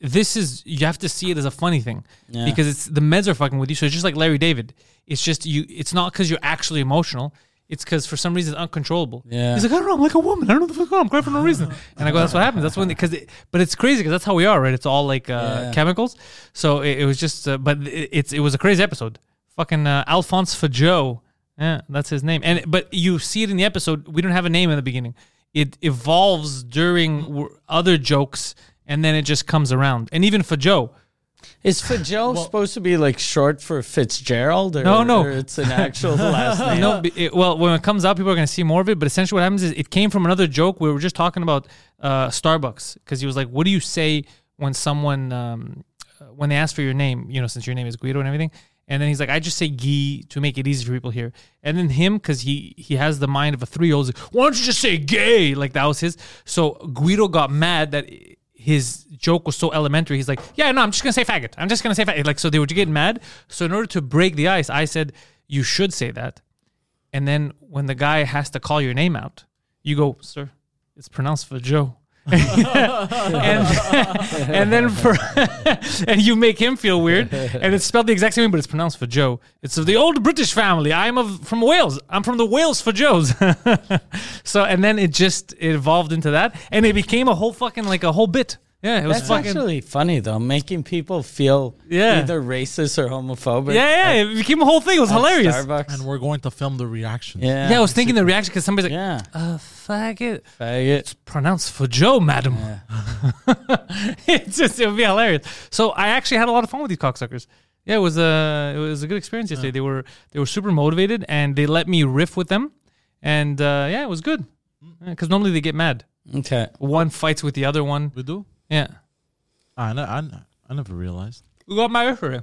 Speaker 1: this is you have to see it as a funny thing because it's the meds are fucking with you." So it's just like Larry David. It's just you. It's not because you're actually emotional. It's because for some reason it's uncontrollable.
Speaker 2: Yeah.
Speaker 1: He's like, I don't know. I'm like a woman. I don't know what the fuck. going on. I'm crying for no reason. And I go, that's what happens. That's when because it, but it's crazy because that's how we are, right? It's all like uh, chemicals. So it, it was just, uh, but it, it's it was a crazy episode. Fucking uh, Alphonse Fajo. Yeah, that's his name. And but you see it in the episode. We don't have a name in the beginning. It evolves during w- other jokes, and then it just comes around. And even for Joe,
Speaker 2: Is Fajol supposed to be like short for Fitzgerald? Or,
Speaker 1: No, no.
Speaker 2: or it's an actual last name.
Speaker 1: no, b- it, well, when it comes out, people are going to see more of it. But essentially, what happens is it came from another joke. We were just talking about uh, Starbucks because he was like, "What do you say when someone um, uh, when they ask for your name? You know, since your name is Guido and everything." And then he's like, "I just say gee to make it easy for people here." And then him, because he he has the mind of a three year old. Why don't you just say gay? Like that was his. So Guido got mad that. i- his joke was so elementary. He's like, "Yeah, no, I'm just gonna say faggot. I'm just gonna say faggot." Like, so they were getting mad. So in order to break the ice, I said, "You should say that." And then when the guy has to call your name out, you go, sir, it's pronounced for Joe. and, and then for and you make him feel weird and it's spelled the exact same way but it's pronounced for joe it's of the old british family i'm of from wales i'm from the wales for joes so and then it just it evolved into that and it became a whole fucking like a whole bit yeah it was
Speaker 2: That's
Speaker 1: fucking
Speaker 2: actually funny though, making people feel
Speaker 1: Yeah.
Speaker 2: either racist or homophobic.
Speaker 1: yeah yeah it became a whole thing it was
Speaker 2: at
Speaker 1: hilarious
Speaker 2: Starbucks.
Speaker 3: And we're going to film the reaction.
Speaker 2: yeah.
Speaker 1: yeah i was thinking the reaction because somebody's like
Speaker 2: yeah.
Speaker 1: uh fuck it
Speaker 2: Faggot.
Speaker 1: pronounced for Joe, madam. it's just it would be hilarious. So I actually had a lot of fun with these cocksuckers. Yeah, it was a it was a good experience yesterday. They were they were super motivated and they let me riff with them, and uh, yeah, it was good. Because normally they get mad.
Speaker 2: Okay.
Speaker 1: One fights with the other one.
Speaker 3: We do?
Speaker 1: Yeah,
Speaker 3: Ah, I, ne- I, ne- I never realized.
Speaker 1: we got my referee.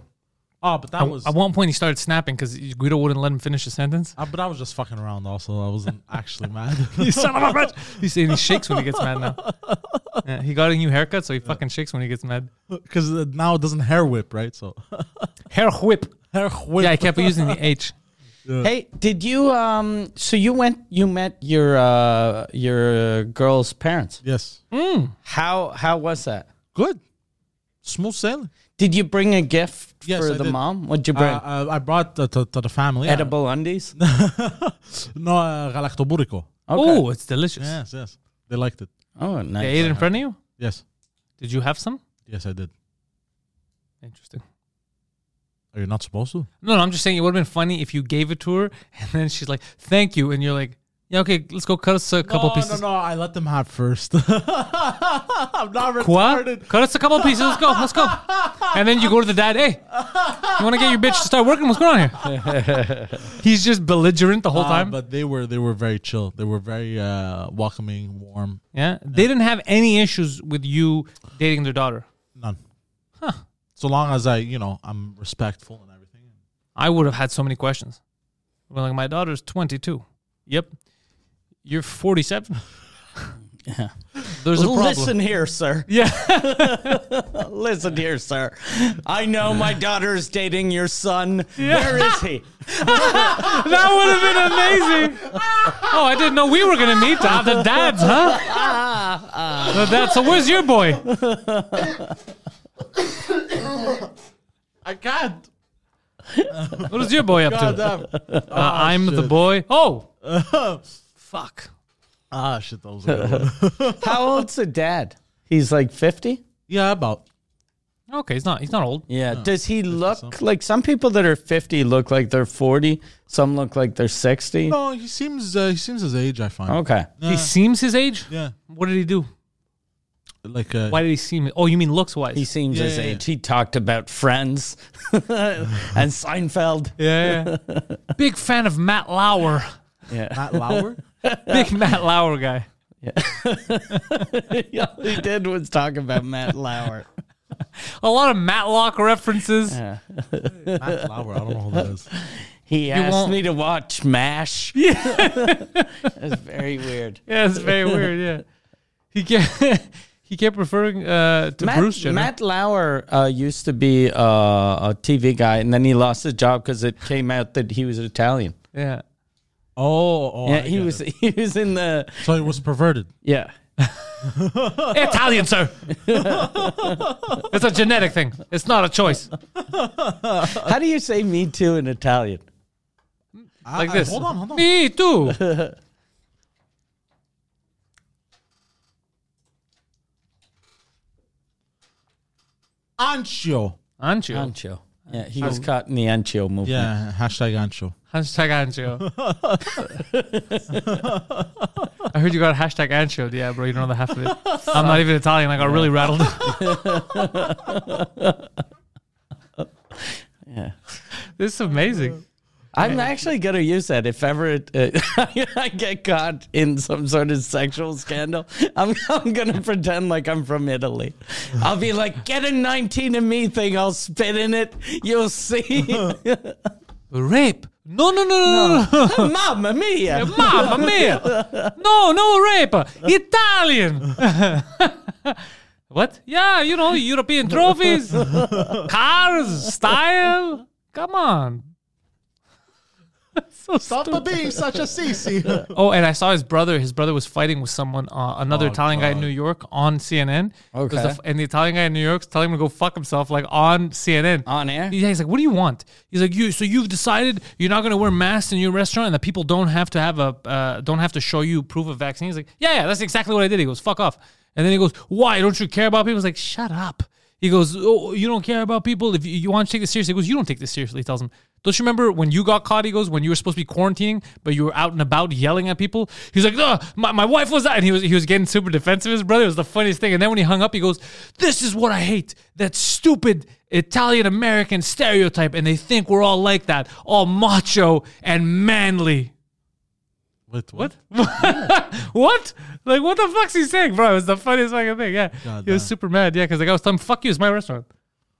Speaker 3: Oh, but that
Speaker 1: At,
Speaker 3: was.
Speaker 1: at one point, he started snapping because Guido wouldn't let him finish a sentence.
Speaker 3: uh, but I was just fucking around also. I wasn't actually mad.
Speaker 1: You son of a bitch! He's saying he shakes when he gets mad now. Yeah, he got a new haircut, so he fucking shakes when he gets mad.
Speaker 3: Because now it doesn't hair whip, right? So.
Speaker 1: Hair whip.
Speaker 3: hair whip.
Speaker 1: Yeah, I kept using the H.
Speaker 2: Hey, did you um so you went you met your uh your girl's parents.
Speaker 3: Yes.
Speaker 2: How how was that?
Speaker 3: Good. Smooth sailing.
Speaker 2: Did you bring a gift
Speaker 3: Yes,
Speaker 2: for
Speaker 3: I
Speaker 2: the
Speaker 3: did.
Speaker 2: mom? What'd you
Speaker 3: Uh,
Speaker 2: bring?
Speaker 3: uh, I brought uh, to, to the family.
Speaker 2: Edible undies?
Speaker 3: No, uh, galactoburico.
Speaker 1: Oh, it's delicious.
Speaker 3: Yes, yes. They liked it.
Speaker 2: Oh, nice.
Speaker 1: They ate it in front of you?
Speaker 3: Yes.
Speaker 1: Did you have some?
Speaker 3: Yes, I did.
Speaker 1: Interesting.
Speaker 3: Are you not supposed to?
Speaker 1: No, no, I'm just saying it would have been funny if you gave it to her and then she's like, thank you. And you're like, yeah, okay, let's go cut us a couple
Speaker 3: no,
Speaker 1: pieces.
Speaker 3: No, no, I let them have first. I'm not
Speaker 1: What?
Speaker 3: retarded.
Speaker 1: Cut us a couple pieces. Let's go. Let's go. And then you go to the dad. Hey, you want to get your bitch to start working? What's going on here? He's just belligerent the whole
Speaker 3: Uh,
Speaker 1: time.
Speaker 3: but they were they were very chill. They were very uh, welcoming, warm.
Speaker 1: yeah, they didn't have any issues with you dating their daughter.
Speaker 3: None. So long as I, you know, I'm respectful and everything.
Speaker 1: I would have had so many questions. Well, like my daughter's 22. Yep. You're 47.
Speaker 2: Yeah.
Speaker 1: There's a problem.
Speaker 2: Listen here, sir.
Speaker 1: Yeah.
Speaker 2: Listen here, sir. I know my daughter is dating your son. Where is he?
Speaker 1: That would have been amazing. Oh, I didn't know we were gonna meet the, the dads, huh? The dads. So where's your boy?
Speaker 3: I can't.
Speaker 1: What is your boy up to? Uh,
Speaker 3: Goddamn.
Speaker 1: I'm the boy. Oh, fuck.
Speaker 3: ah, shit, that was a good one.
Speaker 2: How old's the dad? He's like 50?
Speaker 3: Yeah, about.
Speaker 1: Okay, he's not. He's not old.
Speaker 2: Yeah. Does he look like some people that are 50 look like they're 40? Some look like they're 60?
Speaker 3: No, he seems uh, he seems his age. I
Speaker 1: Oh.
Speaker 3: find.
Speaker 2: Okay.
Speaker 1: He seems his age.
Speaker 3: Yeah,
Speaker 1: What did he do?
Speaker 3: like uh,
Speaker 1: Why did he seem? Oh, you mean looks wise?
Speaker 2: He seems
Speaker 3: Yeah,
Speaker 2: his
Speaker 3: yeah, yeah.
Speaker 2: age. He talked about friends and Seinfeld.
Speaker 1: yeah, yeah. Big fan of Matt Lauer.
Speaker 2: Yeah.
Speaker 3: Matt Lauer.
Speaker 1: Big Matt Lauer guy.
Speaker 2: All he did was talk about Matt Lauer.
Speaker 1: A lot of Matlock references.
Speaker 3: Matt Lauer. I don't know who that is.
Speaker 2: He asked
Speaker 1: won't-
Speaker 2: me to watch MASH. Yeah. That's very weird.
Speaker 1: Yeah, it's very weird. Yeah, he kept he kept referring uh, to
Speaker 2: Matt,
Speaker 1: Bruce Jenner.
Speaker 2: Matt Lauer uh, used to be uh, a TV guy, and then he lost his job because it came out that he was Italian.
Speaker 1: yeah.
Speaker 3: Oh, oh
Speaker 2: yeah,
Speaker 3: I
Speaker 2: he
Speaker 3: get
Speaker 2: was
Speaker 3: it.
Speaker 2: he was in the
Speaker 3: So he was perverted.
Speaker 2: yeah.
Speaker 1: Italian, sir. it's a genetic thing. It's not a choice.
Speaker 3: Uh,
Speaker 2: How do you say "me too" in Italian?
Speaker 1: Like
Speaker 3: I-
Speaker 1: this.
Speaker 3: Ah, uh, hold on, hold on.
Speaker 1: Me too.
Speaker 3: Ancho.
Speaker 1: Ancho.
Speaker 2: Ancho. Yeah, he was caught in the Ancho movement.
Speaker 3: Yeah, hashtag Ancho.
Speaker 1: Hashtag Ancho. I heard you got a hashtag Ancho. Yeah, bro, you don't know the half of it. I'm not even Italian. I got really rattled.
Speaker 2: Yeah.
Speaker 1: This is amazing.
Speaker 2: I'm actually gonna use that if ever it, uh, I get caught in some sort of sexual scandal. I'm, I'm gonna pretend like I'm from Italy. I'll be like, get a 19 and me thing. I'll spit in it. You'll see.
Speaker 1: Rape. No, no, no, no, no. no.
Speaker 2: Mamma mia!
Speaker 1: Mamma mia! No, no rape! Italian! what? Yeah, you know, European trophies, cars, style. Come on. so
Speaker 3: Stop for being such a sissy.
Speaker 1: Oh, and I saw his brother. His brother was fighting with someone, uh, another
Speaker 3: Oh,
Speaker 1: Italian guy in
Speaker 3: God.
Speaker 1: New York on CNN. There's
Speaker 2: Okay.
Speaker 1: a- and the Italian guy in New York's telling him to go fuck himself, like on CNN.
Speaker 2: On air?
Speaker 1: Yeah, he's like, "What do you want?" He's like, "You. So you've decided you're not going to wear masks in your restaurant, and that people don't have to have a uh, don't have to show you proof of vaccine." He's like, "Yeah, yeah, that's exactly what I did." He goes, "Fuck off," and then he goes, "Why don't you care about people?" He's like, "Shut up." He goes, "Oh, you don't care about people. If you, you want to take this seriously," he goes, "You don't take this seriously." He tells him, "Don't you remember when you got caught?" He goes, "When you were supposed to be quarantining, but you were out and about yelling at people." He's like, "No, my, my wife was that," and he was he was getting super defensive. His brother it was the funniest thing. And then when he hung up, he goes, "This is what I hate. That stupid Italian American stereotype, and they think we're all like that, all macho and manly."
Speaker 3: Wait, what?
Speaker 1: What? Like, what the fuck's he saying, bro? It was the funniest fucking thing. Yeah,
Speaker 3: God
Speaker 1: he was
Speaker 3: damn.
Speaker 1: super mad. Yeah, because the guy was telling him, "Fuck you, it's my restaurant.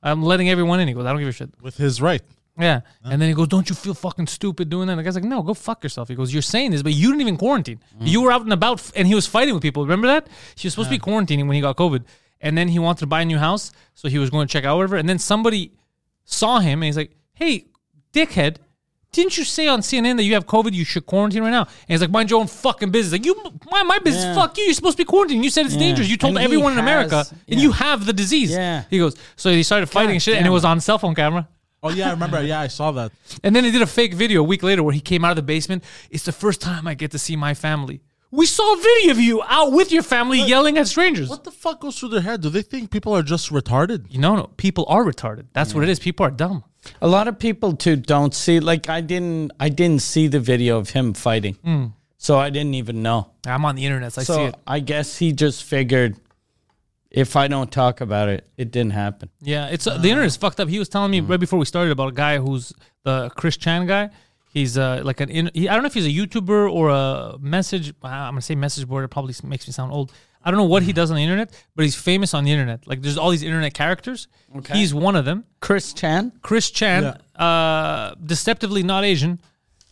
Speaker 1: I'm letting everyone in." He goes, "I don't give a shit."
Speaker 3: With his right.
Speaker 1: Yeah. And then he goes, Don't you feel fucking stupid doing that? And the guy's like, No, go fuck yourself. He goes, You're saying this, but you didn't even quarantine.
Speaker 2: Mm.
Speaker 1: You were out and about f- and he was fighting with people. Remember that? He was supposed to be quarantining when he got COVID. And then he wanted to buy a new house. So he was going to check out whatever. And then somebody saw him and he's like, Hey, dickhead, didn't you say on CNN that you have COVID? You should quarantine right now. And he's like, Mind your own fucking business. Like, you, my, my business,
Speaker 2: Yeah.
Speaker 1: fuck you. You're supposed to be quarantining. You said it's
Speaker 2: Yeah.
Speaker 1: dangerous. You told
Speaker 2: And he
Speaker 1: everyone in
Speaker 2: has-
Speaker 1: America and
Speaker 2: yeah.
Speaker 1: you have the disease.
Speaker 2: Yeah.
Speaker 1: He goes, So he started fighting and shit and it
Speaker 2: damn
Speaker 1: was
Speaker 2: it.
Speaker 1: on cell phone camera.
Speaker 3: Oh yeah, I remember. Yeah, I saw that.
Speaker 1: And then he did a fake video a week later where he came out of the basement. It's the first time I get to see my family. We saw a video of you out with your family yelling at strangers.
Speaker 3: What the fuck goes through their head? Do they think people are just retarded?
Speaker 1: You know, no, people are retarded. That's what it is. People are dumb.
Speaker 2: A lot of people too don't see like I didn't I didn't see the video of him fighting. So I didn't even know.
Speaker 1: I'm on the internet, so I see
Speaker 2: so
Speaker 1: it.
Speaker 2: I guess he just figured if I don't talk about it, it didn't happen.
Speaker 1: Yeah, it's uh, the internet's fucked up. He was telling me
Speaker 2: Mm.
Speaker 1: right before we started about a guy who's the Chris Chan guy. He's uh, like an in, he, I don't know if he's a YouTuber or a message. uh, I'm gonna say message board. It probably s- makes me sound old. I don't know
Speaker 2: Mm.
Speaker 1: what he does on the internet, but he's famous on the internet. Like there's all these internet characters.
Speaker 2: Okay.
Speaker 1: He's one of them.
Speaker 2: Chris Chan?
Speaker 1: Chris Chan, uh, deceptively not Asian,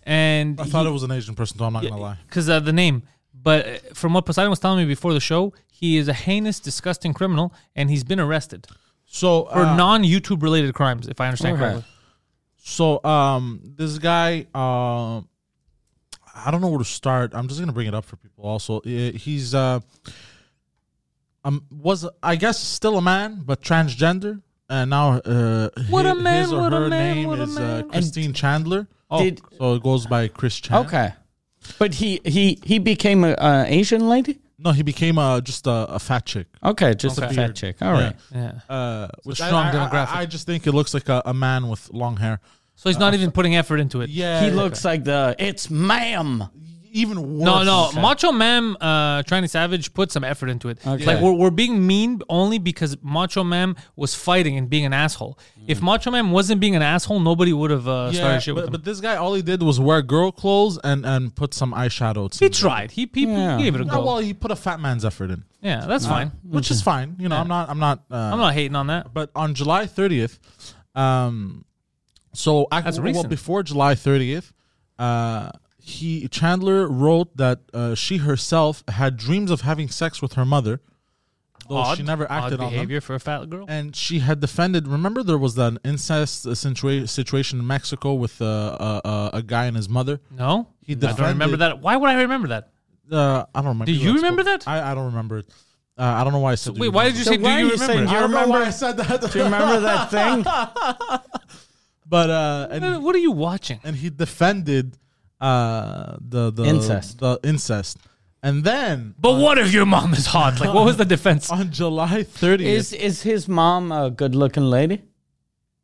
Speaker 1: and
Speaker 3: I thought it was an Asian person, though. I'm not gonna lie.
Speaker 1: because of the name. But uh, from what Poseidon was telling me before the show, he is a heinous, disgusting criminal, and he's been arrested
Speaker 3: So
Speaker 1: for
Speaker 3: uh,
Speaker 1: non-YouTube related crimes, if I understand
Speaker 2: Okay.
Speaker 1: correctly.
Speaker 3: So um, this guy, um, I don't know where to start. I'm just gonna bring it up for people. Also, Uh, he's uh, um, was I guess still a man, but transgender, and now uh,
Speaker 1: What
Speaker 3: hi-
Speaker 1: a man,
Speaker 3: his or
Speaker 1: what a
Speaker 3: her
Speaker 1: man,
Speaker 3: name
Speaker 1: what a
Speaker 3: is
Speaker 1: man.
Speaker 3: uh,
Speaker 1: And-
Speaker 3: Christine Chandler. Oh,
Speaker 2: Did-
Speaker 3: so it goes by Chris Chandler.
Speaker 2: Okay. But he he he became a, a Asian lady?
Speaker 3: No, he became uh, just a, a fat chick.
Speaker 2: Okay, just
Speaker 1: Okay.
Speaker 2: a fat chick. All right.
Speaker 1: Yeah.
Speaker 3: Uh, which I-
Speaker 1: strong
Speaker 3: I, I-
Speaker 1: demographic.
Speaker 3: I just think it looks like a, a man with long hair.
Speaker 1: So he's not even putting effort into it.
Speaker 3: Uh, Yeah,
Speaker 2: He looks like the it's ma'am.
Speaker 3: even worse.
Speaker 1: No, no. Macho Man, uh, Tranny Savage put some effort into it. Like we're, we're being mean only because Macho Man was fighting and being an asshole. If Macho Man wasn't being an asshole, nobody would have uh, started shit
Speaker 3: Mm. but,
Speaker 1: with him.
Speaker 3: but this guy, all he did was wear girl clothes and and put some eyeshadow.
Speaker 1: he
Speaker 3: To
Speaker 1: tried. He, he
Speaker 2: Yeah.
Speaker 1: gave it a
Speaker 3: yeah,
Speaker 1: go.
Speaker 3: well, he put a fat man's effort in,
Speaker 1: yeah, that's fine.
Speaker 3: which is fine. You know, I'm not, I'm not, uh,
Speaker 1: I'm not hating on that.
Speaker 3: But on July 30th, um, so I,
Speaker 1: That's
Speaker 3: well,
Speaker 1: recent.
Speaker 3: before July 30th, uh, he Chandler wrote that uh, she herself had dreams of having sex with her mother, though
Speaker 1: Odd,
Speaker 3: she never
Speaker 1: odd
Speaker 3: acted on them. Eh.
Speaker 1: behavior for a fat girl.
Speaker 3: and she had defended. Remember, there was that incest uh, situa- situation in Mexico with uh, uh, uh, a guy and his mother.
Speaker 1: No,
Speaker 3: He
Speaker 1: I don't remember
Speaker 3: defended-
Speaker 1: that. Why would I remember that?
Speaker 3: Uh, I don't remember.
Speaker 1: Do you remember
Speaker 3: spoke-
Speaker 1: that?
Speaker 3: I, I don't remember it. Uh, I don't know why I said.
Speaker 1: Wait, why did you
Speaker 2: So
Speaker 1: say? Do
Speaker 2: why are
Speaker 1: you
Speaker 2: you
Speaker 1: remember?
Speaker 2: saying
Speaker 1: it?
Speaker 2: you-
Speaker 3: I don't know why
Speaker 2: remember-
Speaker 3: I said that.
Speaker 2: Do you remember that thing?
Speaker 3: but uh, and
Speaker 1: What are you watching?
Speaker 3: and he defended uh the the
Speaker 2: Incest.
Speaker 3: the incest, and then
Speaker 1: But what if your mom is hot? Like, what was the defense?
Speaker 3: on July thirtieth,
Speaker 2: Is is his mom a good looking lady?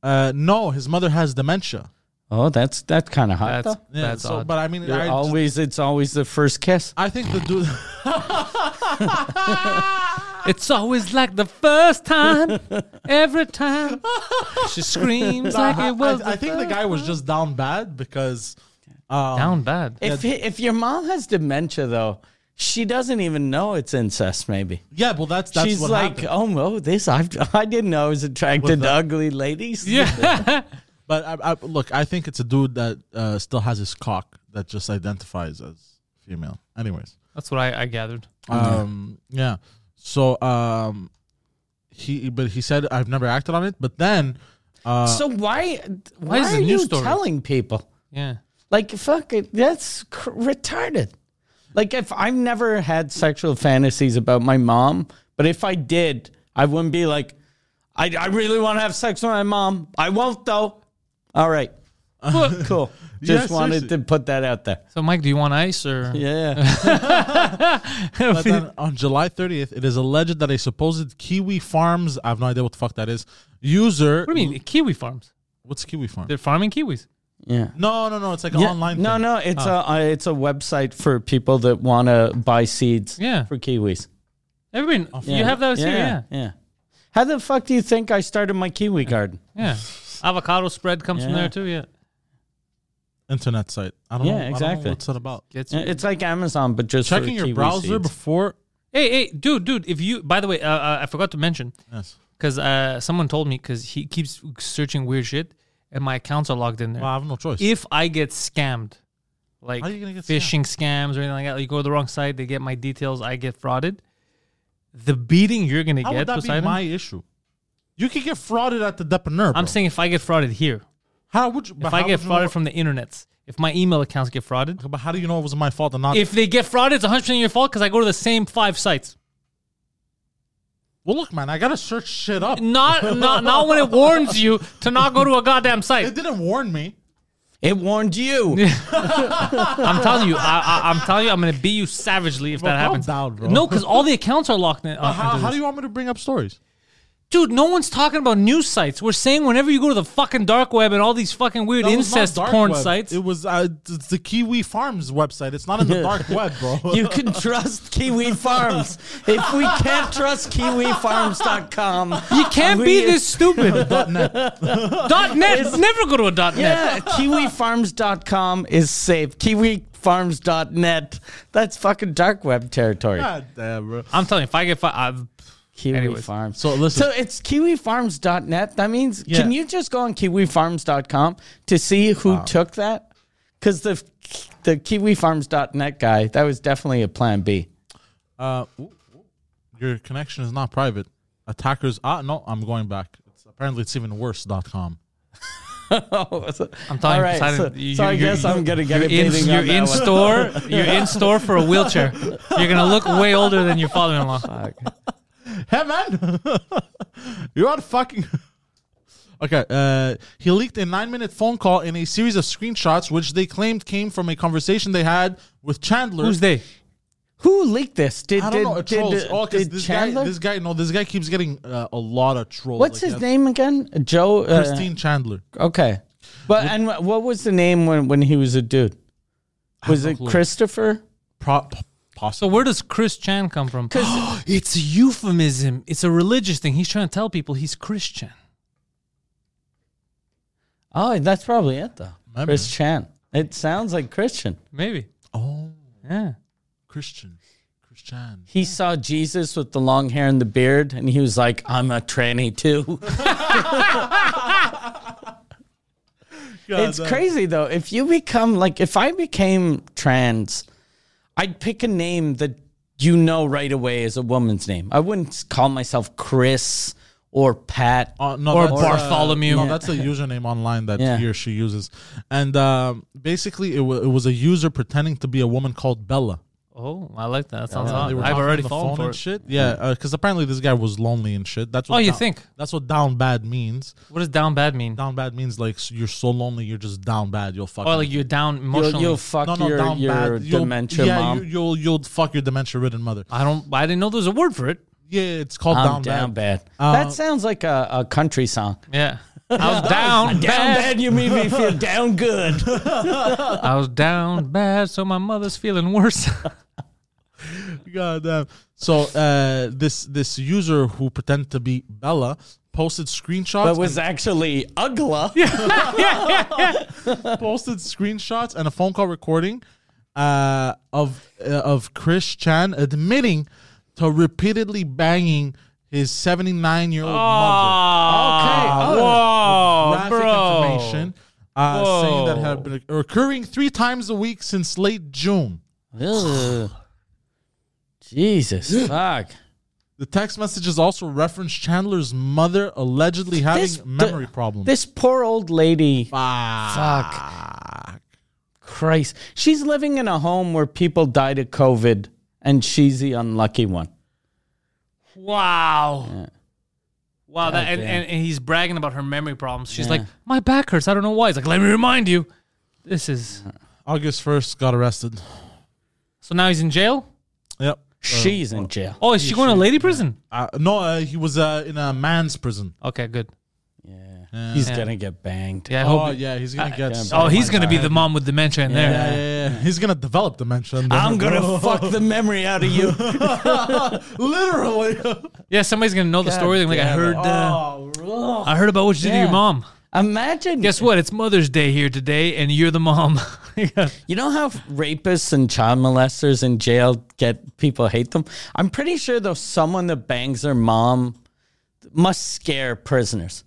Speaker 3: uh, no, his mother has dementia.
Speaker 2: Oh, that's that's kinda hot
Speaker 1: That's
Speaker 2: though.
Speaker 3: Yeah,
Speaker 1: that's
Speaker 3: so,
Speaker 1: odd.
Speaker 3: But I mean, I,
Speaker 2: You're
Speaker 3: just-
Speaker 2: always it's always the first kiss.
Speaker 3: I think the dude.
Speaker 1: It's always like the first time, every time. She screams like
Speaker 3: I,
Speaker 1: it was.
Speaker 3: I think the guy was just down bad because um,
Speaker 1: down bad.
Speaker 2: If he, if your mom has dementia though, she doesn't even know it's incest. Maybe
Speaker 3: Yeah, well, that's that's
Speaker 2: she's
Speaker 3: what
Speaker 2: like,
Speaker 3: happened.
Speaker 2: oh no, this I I didn't know I was attracted
Speaker 3: With
Speaker 2: to
Speaker 3: the-
Speaker 2: ugly ladies.
Speaker 1: Yeah,
Speaker 3: But I, I, look, I think it's a dude that uh, still has his cock that just identifies as female. Anyways,
Speaker 1: that's what I, I gathered.
Speaker 3: um, yeah. So um, he, but he said I've never acted on it. But then, uh,
Speaker 2: So why why,
Speaker 1: is
Speaker 2: are
Speaker 1: it a
Speaker 2: you
Speaker 1: news story?
Speaker 2: telling people?
Speaker 1: Yeah,
Speaker 2: Like fucking, that's cr- retarded. Like if I've never had sexual fantasies about my mom, but if I did, I wouldn't be like, I, I really want to have sex with my mom. I won't though. All right, cool. Just
Speaker 3: Yeah,
Speaker 2: wanted
Speaker 3: seriously.
Speaker 2: to put that out there.
Speaker 1: So, Mike, do you want ice or?
Speaker 2: Yeah.
Speaker 3: But then on July 30th, it is alleged that a supposed Kiwi Farms, I have no idea what the fuck that is, user.
Speaker 1: What do you mean, kiwi farms?
Speaker 3: What's Kiwi Farm?
Speaker 1: They're farming kiwis.
Speaker 2: Yeah.
Speaker 3: No, no, no. It's like an
Speaker 2: Yeah.
Speaker 3: online
Speaker 2: No,
Speaker 3: thing.
Speaker 2: no,
Speaker 3: Oh.
Speaker 2: it's a uh, it's a website for people that want to buy seeds.
Speaker 1: Yeah.
Speaker 2: for kiwis.
Speaker 1: Everybody,
Speaker 3: Oh,
Speaker 1: you have those here, yeah.
Speaker 2: yeah. How the fuck do you think I started my kiwi garden?
Speaker 1: Yeah. Avocado spread comes from
Speaker 2: Yeah.
Speaker 1: there too, yeah.
Speaker 3: Internet site. I don't
Speaker 2: Yeah,
Speaker 3: know. I don't know
Speaker 2: exactly.
Speaker 3: what's that about?
Speaker 1: Gets
Speaker 2: Yeah, It's like Amazon, but just for
Speaker 3: Checking your
Speaker 2: kiwi
Speaker 3: browser
Speaker 2: seeds.
Speaker 3: before.
Speaker 1: Hey, hey, dude, dude, if you, by the way, uh, uh, I forgot to mention,
Speaker 3: Yes.
Speaker 1: because uh, someone told me, because he keeps searching weird shit, and my accounts are logged in there.
Speaker 3: Well, I have no choice.
Speaker 1: If I get scammed, like
Speaker 3: How are you gonna get
Speaker 1: phishing scams or anything like that, you go to the wrong site, they get my details, I get frauded. The beating you're gonna
Speaker 3: How
Speaker 1: get,
Speaker 3: would that
Speaker 1: Poseidon.
Speaker 3: be my issue? You could get frauded at the depener.
Speaker 1: I'm
Speaker 3: bro.
Speaker 1: saying if I get frauded here,
Speaker 3: How would you? but
Speaker 1: if
Speaker 3: how
Speaker 1: I get
Speaker 3: would you
Speaker 1: frauded
Speaker 3: know-
Speaker 1: from the internets, if my email accounts get frauded,
Speaker 3: But how do you know it was my fault and not?
Speaker 1: if they get frauded, it's 100 percent your fault because I go to the same five sites.
Speaker 3: well, look, man, I gotta search shit up.
Speaker 1: Not, not, not when it warns you to not go to a goddamn
Speaker 3: It
Speaker 1: site.
Speaker 3: didn't warn me.
Speaker 2: It warned you.
Speaker 1: I'm telling you, I, I, I'm telling you, I'm gonna beat you savagely if
Speaker 3: Bro,
Speaker 1: that
Speaker 3: calm
Speaker 1: happens.
Speaker 3: down, bro.
Speaker 1: No, because all the accounts are locked in. uh,
Speaker 3: How,
Speaker 1: into
Speaker 3: how
Speaker 1: this.
Speaker 3: do you want me to bring up stories?
Speaker 1: Dude, no one's talking about news sites. We're saying whenever you go to the fucking dark web and all these fucking weird
Speaker 3: That was not
Speaker 1: incest
Speaker 3: dark
Speaker 1: porn
Speaker 3: web.
Speaker 1: sites.
Speaker 3: It was uh, it's the Kiwi Farms website. It's not in the dark web, bro.
Speaker 2: You can trust Kiwi Farms. If we can't trust KiwiFarms.com,
Speaker 1: you can't
Speaker 2: we-
Speaker 1: be this stupid. dot net. dot net. Never go to a dot net.
Speaker 2: Yeah, KiwiFarms.com is safe. KiwiFarms.net. That's fucking dark web territory.
Speaker 3: God damn, bro.
Speaker 1: I'm telling you, if I get fi- I've,
Speaker 2: Kiwi
Speaker 1: Anyways.
Speaker 2: Farms.
Speaker 3: So, listen.
Speaker 2: So it's kiwifarms.net. That means
Speaker 3: Yeah.
Speaker 2: can you just go on kiwifarms.com to see who took that? Cuz the the kiwifarms.net guy, that was definitely a plan B.
Speaker 3: Uh, ooh, ooh. your connection is not private. Attackers. Ah, no, I'm going back. It's, apparently, it's even worse. Dot com.
Speaker 1: I'm telling you,
Speaker 2: All right,
Speaker 1: Poseidon,
Speaker 2: so-
Speaker 1: you,
Speaker 2: so I
Speaker 1: you're-
Speaker 2: guess I'm gonna get
Speaker 1: you're
Speaker 2: a
Speaker 1: in,
Speaker 2: beating
Speaker 1: You're
Speaker 2: on that
Speaker 1: in
Speaker 2: one.
Speaker 1: store. You're in store for a wheelchair. You're gonna look way older than your father-in-law.
Speaker 3: Hey man, you're on fucking. Okay, uh, he leaked a nine-minute phone call in a series of screenshots, which they claimed came from a conversation they had with Chandler.
Speaker 1: Who's they?
Speaker 2: Who leaked this? Did
Speaker 3: I don't
Speaker 2: did,
Speaker 3: know.
Speaker 2: did,
Speaker 3: trolls.
Speaker 2: uh,
Speaker 3: Oh, 'cause
Speaker 2: did
Speaker 3: this
Speaker 2: Chandler?
Speaker 3: guy, this guy, no, this guy keeps getting uh, a lot of trolls.
Speaker 2: What's his
Speaker 3: like that.
Speaker 2: name again? Joe uh,
Speaker 3: Christine Chandler.
Speaker 2: Okay. But and wha- what was the name when when he was a dude? Was
Speaker 3: no
Speaker 2: it
Speaker 3: clue.
Speaker 2: Christopher?
Speaker 3: Pro-
Speaker 1: So
Speaker 3: possible.
Speaker 1: where does Chris Chan come from? it's a euphemism. It's a religious thing. He's trying to tell people he's Christian.
Speaker 2: Oh, that's probably it though.
Speaker 3: Maybe.
Speaker 2: Chris Chan. It sounds like Christian.
Speaker 1: Maybe.
Speaker 3: oh,
Speaker 1: Yeah.
Speaker 3: Christian, Christian.
Speaker 2: He saw Jesus with the long hair and the beard, and he was like, "I'm a tranny too." it's crazy though. If you become like, if I became trans, I'd pick a name that you know right away is a woman's name. I wouldn't call myself Chris or Pat.
Speaker 3: Uh, no,
Speaker 1: Or
Speaker 3: that's, uh,
Speaker 1: Bartholomew.
Speaker 3: no, that's a username online that
Speaker 2: Yeah.
Speaker 3: he or she uses. And um, basically, it, wa it was a user pretending to be a woman called Bella.
Speaker 1: Oh, I like that. That sounds
Speaker 3: Uh,
Speaker 1: odd.
Speaker 3: they were
Speaker 1: I've
Speaker 3: talking
Speaker 1: already
Speaker 3: on the
Speaker 1: fallen
Speaker 3: phone
Speaker 1: for
Speaker 3: and
Speaker 1: it.
Speaker 3: shit. Yeah, because apparently this guy was lonely and shit. That's what
Speaker 1: Oh, you
Speaker 3: down-
Speaker 1: think?
Speaker 3: That's what down bad means.
Speaker 1: What does down bad mean?
Speaker 3: Down bad means like s- you're so lonely, you're just down bad. You'll fuck.
Speaker 1: Or like you're down emotionally.
Speaker 2: You'll, you'll fuck your, your dementia
Speaker 3: yeah,
Speaker 2: mom.
Speaker 3: You, you'll you'll fuck your dementia ridden mother.
Speaker 1: I don't. I didn't know there was a word for it.
Speaker 3: Yeah, it's called
Speaker 2: I'm
Speaker 3: down,
Speaker 2: down
Speaker 3: bad.
Speaker 2: bad.
Speaker 3: Uh,
Speaker 2: that sounds like a, a country song.
Speaker 1: Yeah. I was down
Speaker 2: Down
Speaker 1: bad.
Speaker 2: bad, you made me feel down good.
Speaker 1: I was down bad, so my mother's feeling worse.
Speaker 3: God damn. So uh, this this user who pretended to be Bella posted screenshots.
Speaker 2: but
Speaker 3: and-
Speaker 2: was actually ugla.
Speaker 3: posted screenshots and a phone call recording uh, of uh, of Chris Chan admitting to repeatedly banging his 79 year old mother.
Speaker 2: Okay.
Speaker 1: Whoa,
Speaker 3: Graphic
Speaker 1: Oh, bro.
Speaker 3: information uh, saying that
Speaker 1: Whoa.
Speaker 3: had been occurring three times a week since late June.
Speaker 2: Ugh. Jesus, fuck.
Speaker 3: The text messages also reference Chandler's mother allegedly having
Speaker 2: This-
Speaker 3: memory
Speaker 2: the-
Speaker 3: problems.
Speaker 1: Ah.
Speaker 2: This poor old lady.
Speaker 3: Fuck.
Speaker 2: Fuck. Christ. She's living in a home where people died of COVID and she's the unlucky one.
Speaker 1: Wow. Wow, that, and,
Speaker 2: Goddamn.
Speaker 1: and, and he's bragging about her memory problems. She's
Speaker 2: Yeah.
Speaker 1: like, my back hurts. I don't know why. He's like, let me remind you. This is
Speaker 3: August first got arrested.
Speaker 1: so now he's in jail.
Speaker 3: Yep.
Speaker 2: she's in jail.
Speaker 1: Oh, is she going to lady prison?
Speaker 3: Uh, no, uh, he was uh, in a man's prison.
Speaker 1: Okay, good.
Speaker 2: Yeah. He's going to get banged.
Speaker 1: Yeah, I
Speaker 3: Oh
Speaker 1: hope.
Speaker 3: yeah, he's gonna get.
Speaker 2: yeah,
Speaker 1: Oh, he's gonna be the mom with dementia in there.
Speaker 3: Yeah, yeah, yeah. Uh, He's gonna develop dementia.
Speaker 2: I'm going to fuck the memory out of you.
Speaker 3: literally.
Speaker 1: Yeah, somebody's gonna know the story. Like I heard, uh,
Speaker 2: Oh,
Speaker 1: I heard about what you did to your
Speaker 2: Yeah.
Speaker 1: mom.
Speaker 2: imagine.
Speaker 1: Guess what? It's Mother's Day here today, and you're the mom. Yeah.
Speaker 2: You know how rapists and child molesters in jail get people hate them? I'm pretty sure though someone that bangs their mom must scare prisoners.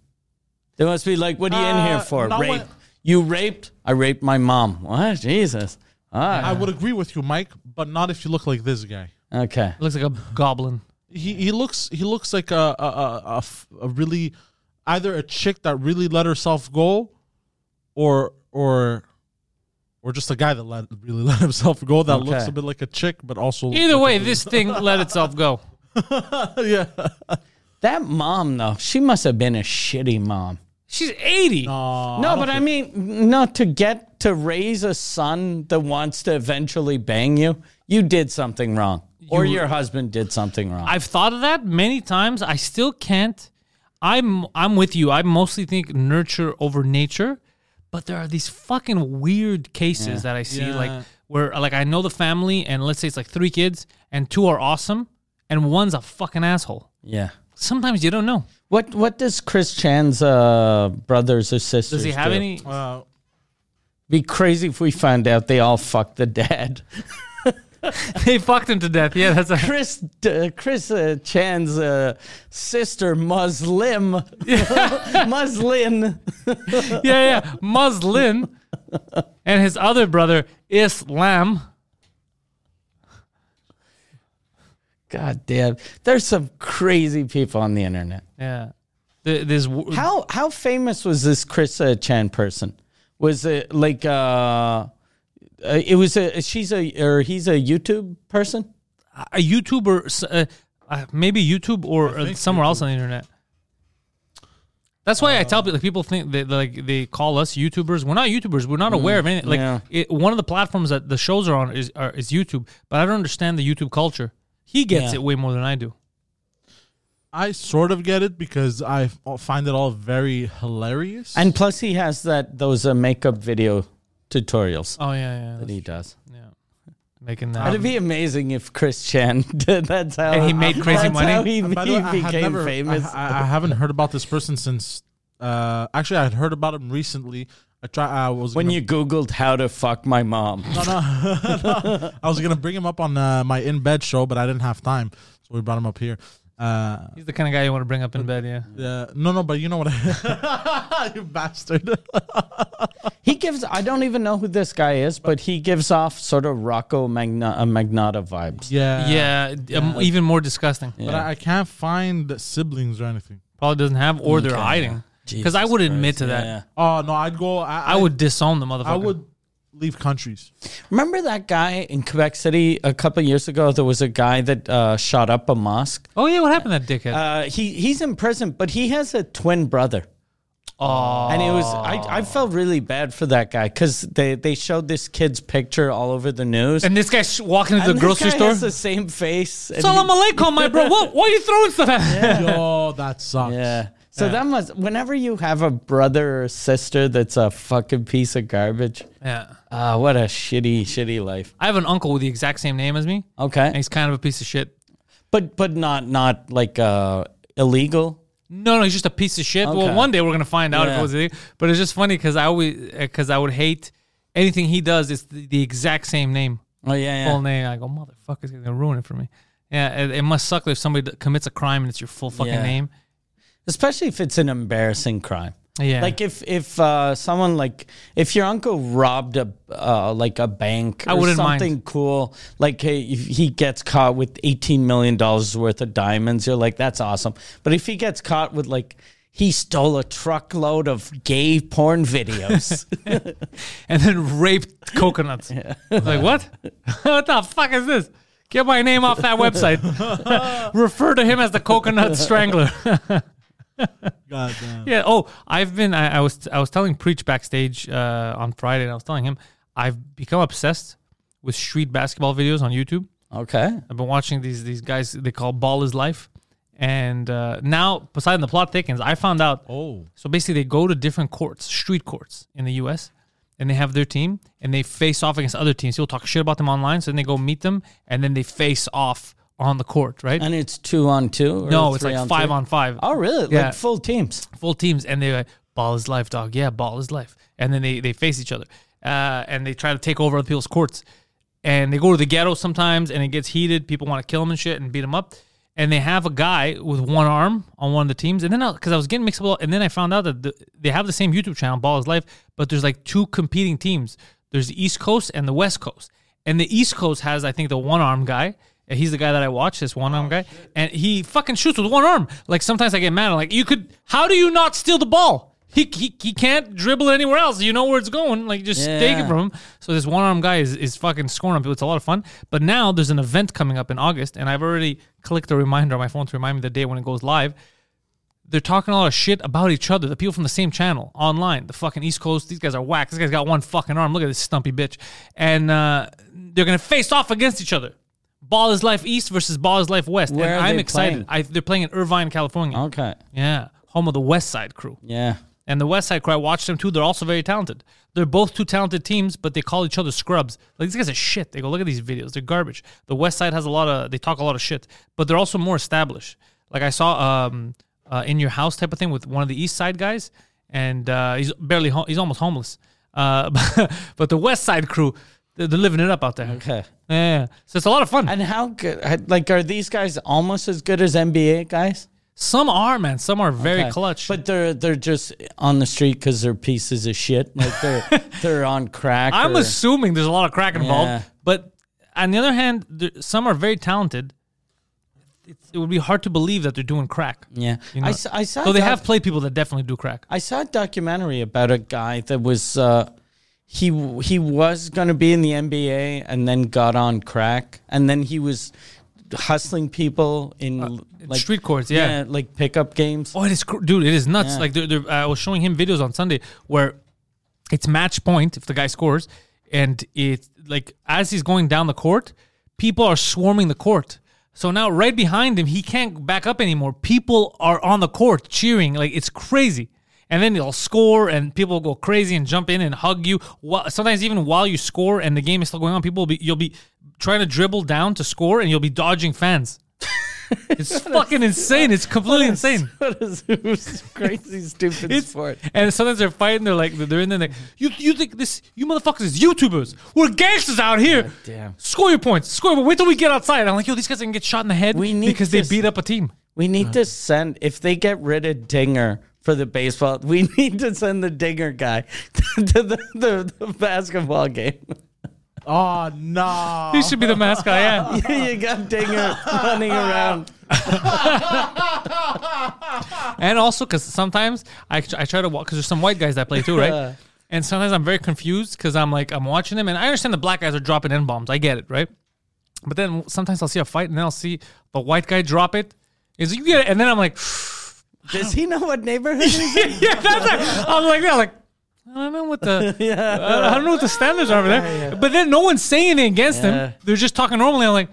Speaker 2: They must be like, What are you in here
Speaker 3: Uh,
Speaker 2: for?
Speaker 3: no
Speaker 2: Rape.
Speaker 3: one-
Speaker 2: You raped? I raped my mom. What? Jesus.
Speaker 3: I
Speaker 2: Ah,
Speaker 3: would agree with you, Mike, but not if you look like this guy.
Speaker 2: okay.
Speaker 1: Looks like a goblin.
Speaker 3: He he looks he looks like a a a- a f- a really either a chick that really let herself go, or or. Or just a guy that let, really let himself go that looks
Speaker 2: Okay.
Speaker 3: a bit like a chick, but also
Speaker 1: Either way, this thing let itself go.
Speaker 3: yeah.
Speaker 2: That mom though, she must have been a shitty mom.
Speaker 1: She's 80.
Speaker 2: no, but I mean, not to get to raise a son that wants to eventually bang you. You did something wrong, or your husband did something wrong.
Speaker 1: I've thought of that many times. I still can't. I'm I'm with you. I mostly think nurture over nature, but there are these fucking weird cases that I see, like where like I know the family, and let's say it's like three kids, and two are awesome, and one's a fucking asshole.
Speaker 2: yeah.
Speaker 1: Sometimes you don't know.
Speaker 2: What What does Chris Chan's uh, brothers or sisters?
Speaker 1: Does he have
Speaker 2: do?
Speaker 1: any?
Speaker 3: Uh,
Speaker 2: Be crazy if we find out they all fucked the dad.
Speaker 1: they fucked him to death. Yeah, that's a,
Speaker 2: Chris uh, Chris uh, Chan's uh, sister Muslim Muslin.
Speaker 1: yeah, yeah. Muslin and his other brother Islam.
Speaker 2: God damn, there's some crazy people on the internet.
Speaker 1: Yeah, Th- this w-
Speaker 2: How how famous was this Chris uh, Chan person? Was it like uh, uh, it was a she's a or he's a YouTube person?
Speaker 1: a YouTuber, s- uh, uh, maybe YouTube or uh, somewhere else on the internet. That's why I tell people. Like, people think that like they call us YouTubers. We're not YouTubers. We're not aware of anything. Like
Speaker 2: yeah.
Speaker 1: it, one of the platforms that the shows are on is are, is YouTube. But I don't understand the YouTube culture. He gets
Speaker 2: Yeah.
Speaker 1: it way more than I do.
Speaker 3: I sort of get it because I f- find it all very hilarious.
Speaker 2: And plus, he has that those uh, makeup video tutorials
Speaker 1: Oh yeah, yeah.
Speaker 2: that he does.
Speaker 1: Making that.
Speaker 2: It'd be amazing if Chris Chan did. That's how
Speaker 1: Um, And he made crazy
Speaker 2: that's
Speaker 1: money?
Speaker 2: How he,
Speaker 3: By the way,
Speaker 2: he
Speaker 3: I had
Speaker 2: became
Speaker 3: never-
Speaker 2: famous.
Speaker 3: I, I- I haven't heard about this person since. Uh, actually, I had heard about him recently. I try. I was
Speaker 2: when
Speaker 3: gonna,
Speaker 2: you Googled how to fuck my mom,
Speaker 3: I was gonna bring him up on uh, my in bed show, but I didn't have time, so we brought him up here. Uh,
Speaker 1: He's the kind of guy you want to bring up in bed. Yeah.
Speaker 3: yeah, no, no, but you know what? I, you bastard.
Speaker 2: he gives. I don't even know who this guy is, but he gives off sort of Rocco Magna, uh, Magnata vibes.
Speaker 3: Yeah,
Speaker 1: yeah, d- um, even more disgusting.
Speaker 3: But I, I can't find siblings or anything.
Speaker 1: Probably doesn't have, or they're hiding. Because I
Speaker 2: Jesus
Speaker 1: would admit
Speaker 2: Christ,
Speaker 1: to that.
Speaker 2: yeah.
Speaker 3: Oh no, I'd go. I,
Speaker 1: I would disown the motherfucker.
Speaker 3: I would leave countries.
Speaker 2: Remember that guy in Quebec City a couple years ago? There was a guy that uh, shot up a mosque.
Speaker 1: Oh yeah, what happened to that dickhead?
Speaker 2: Uh, he he's in prison, but he has a twin brother.
Speaker 1: oh,
Speaker 2: And it was I, I felt really bad for that guy because they, they showed this kid's picture all over the news.
Speaker 1: And this guy's walking to the
Speaker 2: And this
Speaker 1: grocery
Speaker 2: guy
Speaker 1: store.
Speaker 2: has the same face. and
Speaker 1: Salam
Speaker 2: he-
Speaker 1: alaikum, my bro. What? Why are you throwing stuff at me?
Speaker 3: Yo, that sucks.
Speaker 2: yeah. So that must whenever you have a brother or sister that's a fucking piece of garbage.
Speaker 1: Yeah.
Speaker 2: Ah, what a shitty, shitty life.
Speaker 1: I have an uncle with the exact same name as me. And
Speaker 2: Okay.
Speaker 1: he's kind of a piece of shit.
Speaker 2: But but not not like uh illegal.
Speaker 1: No, no, he's just a piece of shit. Well,
Speaker 2: Okay.
Speaker 1: one day we're gonna find out if
Speaker 2: Yeah.
Speaker 1: it was a But it's just funny because I always because I would hate anything he does. It's the, the exact same name,
Speaker 2: Oh yeah, yeah.
Speaker 1: full name. I go, motherfucker's gonna ruin it for me. Yeah, it, it must suck if somebody d- commits a crime and it's your full fucking
Speaker 2: Yeah.
Speaker 1: name.
Speaker 2: Especially if it's an embarrassing crime.
Speaker 1: Yeah.
Speaker 2: Like if if uh, someone like if your uncle robbed a uh, like a bank
Speaker 1: I
Speaker 2: or
Speaker 1: wouldn't mind.
Speaker 2: something cool, like hey, if he gets caught with eighteen million dollars worth of diamonds, you're like that's awesome. But if he gets caught with like he stole a truckload of gay porn videos.
Speaker 1: and then raped coconuts. Like what? what the fuck is this? Get my name off that website. Refer to him as the coconut strangler.
Speaker 3: God damn.
Speaker 1: yeah. Oh, I've been. I, I was. I was telling Preach backstage uh, on Friday, and I was telling him I've become obsessed with street basketball videos on YouTube.
Speaker 2: okay.
Speaker 1: I've been watching these these guys. They call Ball is Life, and uh, now Poseidon the plot thickens. I found out.
Speaker 3: Oh.
Speaker 1: So basically, they go to different courts, street courts in the U.S., and they have their team, and they face off against other teams. People talk shit about them online, so then they go meet them, and then they face off on the court, right?
Speaker 2: And it's two on two? Or
Speaker 1: no, it's
Speaker 2: three
Speaker 1: like five
Speaker 2: three?
Speaker 1: on five.
Speaker 2: Oh, really?
Speaker 1: Yeah.
Speaker 2: Like full teams.
Speaker 1: full teams, and they're like, "Ball is life, dog. Yeah, ball is life." And then they they face each other, uh, and they try to take over other people's courts, and they go to the ghetto sometimes, and it gets heated. People want to kill them and shit, and beat them up. And they have a guy with one arm on one of the teams, and then because I, was getting mixed up, and then I found out that the, they have the same YouTube channel, Ball is Life, but there's like two competing teams. There's the East Coast and the West Coast, and the East Coast has I think the one arm guy, and he's the guy that I watch, this one arm guy, and he fucking shoots with one arm. Like sometimes I get mad. I'm like, you could, how do you not steal the ball? He, he, he can't dribble anywhere else. You know where it's going. Like just take it
Speaker 2: Yeah.
Speaker 1: from him. So this one arm guy is, is fucking scoring on people. It's a lot of fun. But now there's an event coming up in August, and I've already clicked a reminder on my phone to remind me the day when it goes live they're talking a lot of shit about each other. The people from the same channel online, the fucking East Coast, these guys are whack. This guy's got one fucking arm. Look at this stumpy bitch. And uh, they're gonna face off against each other. Ball is life East versus Ball is life West.
Speaker 2: Where
Speaker 1: and
Speaker 2: are
Speaker 1: I'm
Speaker 2: they
Speaker 1: excited.
Speaker 2: playing? Oh.
Speaker 1: I, they're playing in Irvine, California.
Speaker 2: Okay.
Speaker 1: Yeah, home of the West Side Crew.
Speaker 2: Yeah.
Speaker 1: And the West Side Crew, I watched them too. They're also very talented. They're both two talented teams, but they call each other scrubs. Like these guys are shit. They go look at these videos. They're garbage. The West Side has a lot of. They talk a lot of shit, but they're also more established. Like I saw um, uh, in your house type of thing with one of the East Side guys, and uh, he's barely ho- he's almost homeless. Uh, but the West Side Crew, they're, they're living it up out there.
Speaker 2: Okay.
Speaker 1: Yeah, so it's a lot of fun.
Speaker 2: And how good? Like, are these guys almost as good as NBA guys?
Speaker 1: some are man, some are very
Speaker 2: Okay.
Speaker 1: clutch.
Speaker 2: but they're they're just on the street because they're pieces of shit. Like they're they're on crack.
Speaker 1: I'm
Speaker 2: or-
Speaker 1: assuming there's a lot of crack involved,
Speaker 2: Yeah.
Speaker 1: but on the other hand, there, some are very talented. It's, it would be hard to believe that they're doing crack.
Speaker 2: yeah.
Speaker 1: You know?
Speaker 2: I, s- I saw.
Speaker 1: So they
Speaker 2: doc-
Speaker 1: have played people that definitely do crack.
Speaker 2: I saw a documentary about a guy that was uh, he he was gonna be in the NBA and then got on crack and then he was hustling people in like
Speaker 1: Uh, street courts, yeah.
Speaker 2: like pickup games.
Speaker 1: Oh, it is, cr- dude, it is nuts.
Speaker 2: Yeah.
Speaker 1: Like they're, they're, I was showing him videos on Sunday where it's match point if the guy scores, and it's like as he's going down the court, people are swarming the court. So now right behind him, he can't back up anymore. People are on the court cheering, like it's crazy. And then they'll score, and people will go crazy and jump in and hug you. Wha- Sometimes even while you score and the game is still going on, people will be you'll be trying to dribble down to score, and you'll be dodging fans. It's fucking insane. It's completely insane.
Speaker 2: What is it was crazy stupid sport?
Speaker 1: And sometimes they're fighting. They're like they're in there. Like, you you think this you motherfuckers is YouTubers? We're gangsters out here.
Speaker 2: damn.
Speaker 1: Score your points. Score. But wait till we get outside. I'm like, yo, these guys can get shot in the head
Speaker 2: We need
Speaker 1: because
Speaker 2: this-
Speaker 1: they beat up a team.
Speaker 2: We need to send if they get rid of Dinger for the baseball. We need to send the Dinger guy to the, the, the basketball game.
Speaker 3: Oh no.
Speaker 1: He should be the mascot. Yeah.
Speaker 2: you got Dinger running around.
Speaker 1: And also because sometimes I I try to walk because there's some white guys that play too, right? and sometimes I'm very confused because I'm like I'm watching them, and I understand the black guys are dropping n bombs. I get it, right? But then sometimes I'll see a fight, and then I'll see the white guy drop it. Is you get it, and then I'm like.
Speaker 2: Does he know what neighborhood he's in?
Speaker 1: yeah, that's it. I'm like that, like. I don't know what the I don't know what the standards are over there. But then no one's saying anything against
Speaker 2: Yeah.
Speaker 1: him. They're just talking normally. I'm like,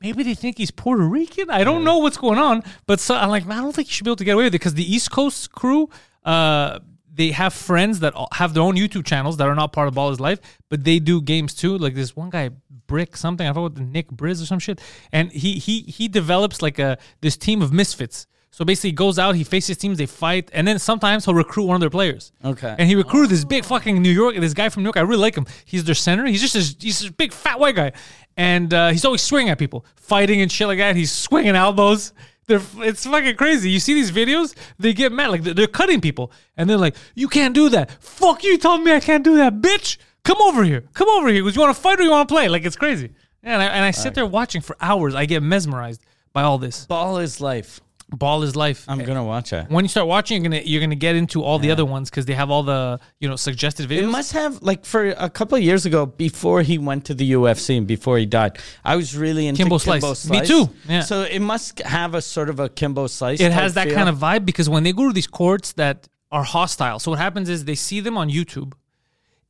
Speaker 1: maybe they think he's Puerto Rican. I don't know what's going on. But so I'm like, man, I don't think you should be able to get away with it because the East Coast crew, uh, they have friends that all- have their own YouTube channels that are not part of Ball is Life, but they do games too. Like this one guy, Brick something, I forgot the Nick Briz or some shit, and he he he develops like a this team of misfits. So basically, he goes out, he faces teams, they fight, and then sometimes he'll recruit one of their players.
Speaker 2: Okay.
Speaker 1: And he recruited this big fucking New York, this guy from New York. I really like him. He's their center. He's just this, he's this big fat white guy, and uh, he's always swinging at people, fighting and shit like that. He's swinging elbows. They're, it's fucking crazy. You see these videos, they get mad. Like they're, they're cutting people, and they're like, "You can't do that. Fuck you, told me I can't do that, bitch. Come over here. Come over here. Because you want to fight or you want to play? Like it's crazy." And I, and I sit there watching for hours. I get mesmerized by all this.
Speaker 2: Ball is life.
Speaker 1: Ball is life.
Speaker 2: I'm gonna watch it.
Speaker 1: when you start watching, you're gonna you're gonna get into all the other ones because they have all the you know suggested videos.
Speaker 2: It must have like for a couple of years ago, before he went to the UFC and before he died, I was really into
Speaker 1: Kimbo
Speaker 2: Kimbo,
Speaker 1: Slice. Me
Speaker 2: Slice.
Speaker 1: too. Yeah.
Speaker 2: So it must have a sort of a Kimbo Slice.
Speaker 1: it
Speaker 2: type
Speaker 1: has that
Speaker 2: feel.
Speaker 1: kind of vibe because when they go to these courts that are hostile, so what happens is they see them on YouTube.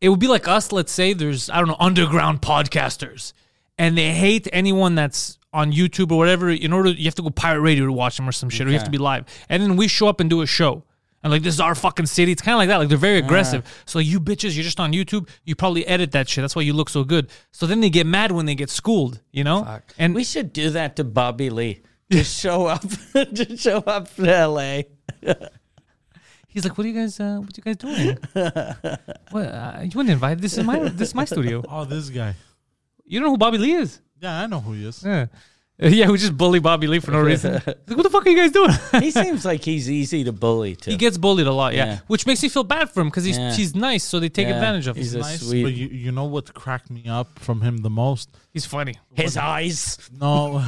Speaker 1: It would be like us, let's say there's I don't know underground podcasters, and they hate anyone that's on YouTube or whatever. In order, you have to go pirate radio to watch them or some shit, or you have to be live. And then we show up and do a show. And like this is our fucking city. It's kind of like that. Like they're very aggressive. So you bitches, you're just on YouTube. You probably edit that shit. That's why you look so good. So then they get mad when they get schooled, you know. And
Speaker 2: We should do that to Bobby Lee. Just show up. just show up to LA.
Speaker 1: He's like, "What are you guys? Uh, what you guys doing? what uh, you weren't invited? This is my this is my studio.
Speaker 3: Oh, this guy.
Speaker 1: You don't know who Bobby Lee is?
Speaker 3: Yeah, I know who he is.
Speaker 1: Yeah, yeah. We just bully Bobby Lee for no reason. He's like, what the fuck are you guys doing?
Speaker 2: He seems like he's easy to bully too.
Speaker 1: he gets bullied a lot, yeah,
Speaker 2: Yeah.
Speaker 1: which makes me feel bad for him because he's
Speaker 2: Yeah.
Speaker 1: he's nice, so they take
Speaker 2: Yeah,
Speaker 1: advantage of him.
Speaker 2: he's
Speaker 1: He's,
Speaker 2: a
Speaker 3: Nice,
Speaker 2: sweet.
Speaker 3: but you, you know what cracked me up from him the most?
Speaker 1: funny.
Speaker 2: His eyes.
Speaker 3: No.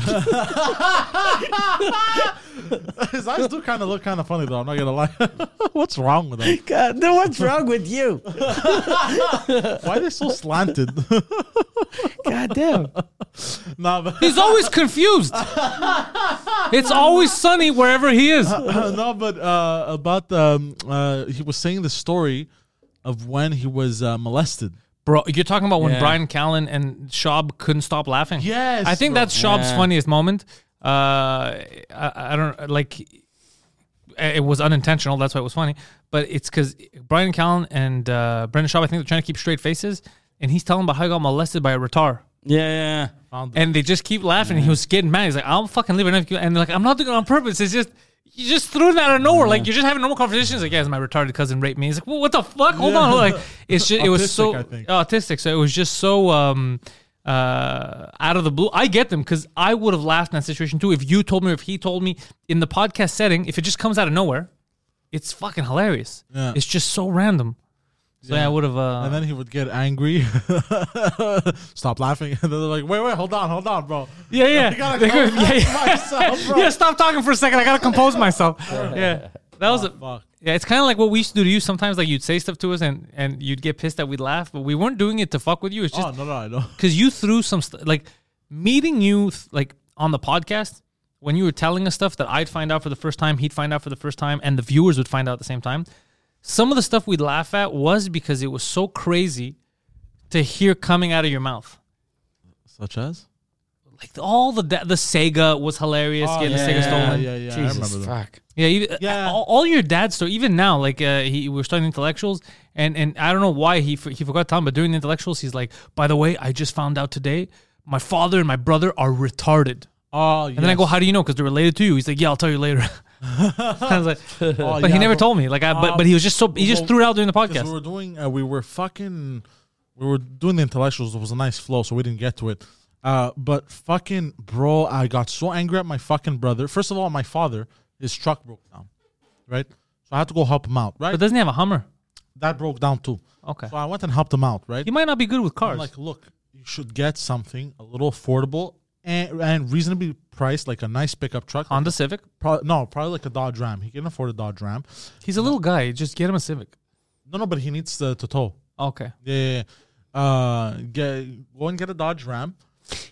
Speaker 3: His eyes do kind of look kind of funny, though. I'm not going to lie. What's wrong with him?
Speaker 2: God, then what's wrong with you?
Speaker 3: Why are they so slanted?
Speaker 2: God damn.
Speaker 3: nah, but.
Speaker 1: He's always confused. it's always sunny wherever he is.
Speaker 3: no, but uh, about um, uh, he was saying the story of when he was uh, molested.
Speaker 1: Bro, you're talking about when
Speaker 2: Yeah.
Speaker 1: Brian Callen and Schaub couldn't stop laughing.
Speaker 3: Yes,
Speaker 1: I think
Speaker 3: bro.
Speaker 1: that's Schaub's
Speaker 2: Yeah.
Speaker 1: funniest moment. Uh, I, I don't like. eh, It was unintentional. That's why it was funny. But it's because Brian Callen and uh, Brendan Schaub, I think they're trying to keep straight faces, and he's telling about how he got molested by a retard.
Speaker 2: Yeah, yeah.
Speaker 3: Found
Speaker 1: And they just keep laughing. And he was getting mad. He's like, "I'm fucking leaving," and they're like, "I'm not doing it on purpose. It's just." You just threw that out of nowhere. Like you're just having normal conversations. Like, yeah, my retarded cousin raped me. He's like, well, what the fuck? Hold on. Like, it's just it was so
Speaker 3: Autistic, I think.
Speaker 1: autistic. So it was just so um, uh, out of the blue. I get them because I would have laughed in that situation too. If you told me, or if he told me in the podcast setting, if it just comes out of nowhere, it's fucking hilarious.
Speaker 3: Yeah.
Speaker 1: It's just so random. So yeah, I would have. Uh,
Speaker 3: And then he would get angry, stop laughing, and then they're like, "Wait, wait, hold on, hold on, bro."
Speaker 1: yeah, yeah.
Speaker 3: I gotta
Speaker 1: They
Speaker 3: calm
Speaker 1: could- yeah, yeah.
Speaker 3: myself, bro.
Speaker 1: yeah, stop talking for a second. I gotta compose myself. yeah, that was a,
Speaker 3: Oh, fuck.
Speaker 1: yeah. It's kind of like what we used to do to you. Sometimes, like you'd say stuff to us, and and you'd get pissed that we'd laugh, but we weren't doing it to fuck with you. It's just
Speaker 3: oh no, no, I know.
Speaker 1: because you threw some st- like meeting you th- like on the podcast when you were telling us stuff that I'd find out for the first time, he'd find out for the first time, and the viewers would find out at the same time. Some of the stuff we'd laugh at was because it was so crazy to hear coming out of your mouth.
Speaker 3: Such as?
Speaker 1: Like all the da- the Sega was hilarious getting
Speaker 3: Oh, yeah,
Speaker 1: the Sega
Speaker 3: yeah,
Speaker 1: stolen.
Speaker 3: yeah, yeah, I
Speaker 2: Jesus
Speaker 3: remember them.
Speaker 2: fuck.
Speaker 1: Yeah, even, uh,
Speaker 3: Yeah.
Speaker 1: All, all your dad's story, even now, like uh, he, we're starting intellectuals, and and I don't know why he for- he forgot Tom, but during the intellectuals, he's like, by the way, I just found out today, my father and my brother are retarded.
Speaker 3: Oh,
Speaker 1: And then I go, how do you know? Because they're related to you. He's like, yeah, I'll tell you later. I was like, but he
Speaker 3: Oh, yeah,
Speaker 1: never
Speaker 3: but-
Speaker 1: told me. Like, I, but
Speaker 3: Oh,
Speaker 1: but he was just so he just
Speaker 3: well,
Speaker 1: threw it out during the
Speaker 3: Because we
Speaker 1: podcast.
Speaker 3: were doing, uh, we were fucking, we were doing the intellectuals. It was a nice flow, so we didn't get to it. Uh, but fucking bro, I got so angry at my fucking brother. First of all, my father, his truck broke down, right? So I had to go help him out, right?
Speaker 1: But doesn't he have a Hummer?
Speaker 3: that broke down too.
Speaker 1: Okay,
Speaker 3: So I went and helped him out, right?
Speaker 1: he might not be good with
Speaker 3: I'm
Speaker 1: cars.
Speaker 3: like, look, you should get something a little affordable and, and reasonably priced, like a nice pickup truck.
Speaker 1: Honda Civic.
Speaker 3: Pro- no, probably like a Dodge Ram. He can afford a Dodge Ram.
Speaker 1: He's a little guy. Just get him a Civic.
Speaker 3: No, no, but he needs to, to tow.
Speaker 1: Okay.
Speaker 3: Yeah, yeah, yeah. Uh, get, go and get a Dodge Ram.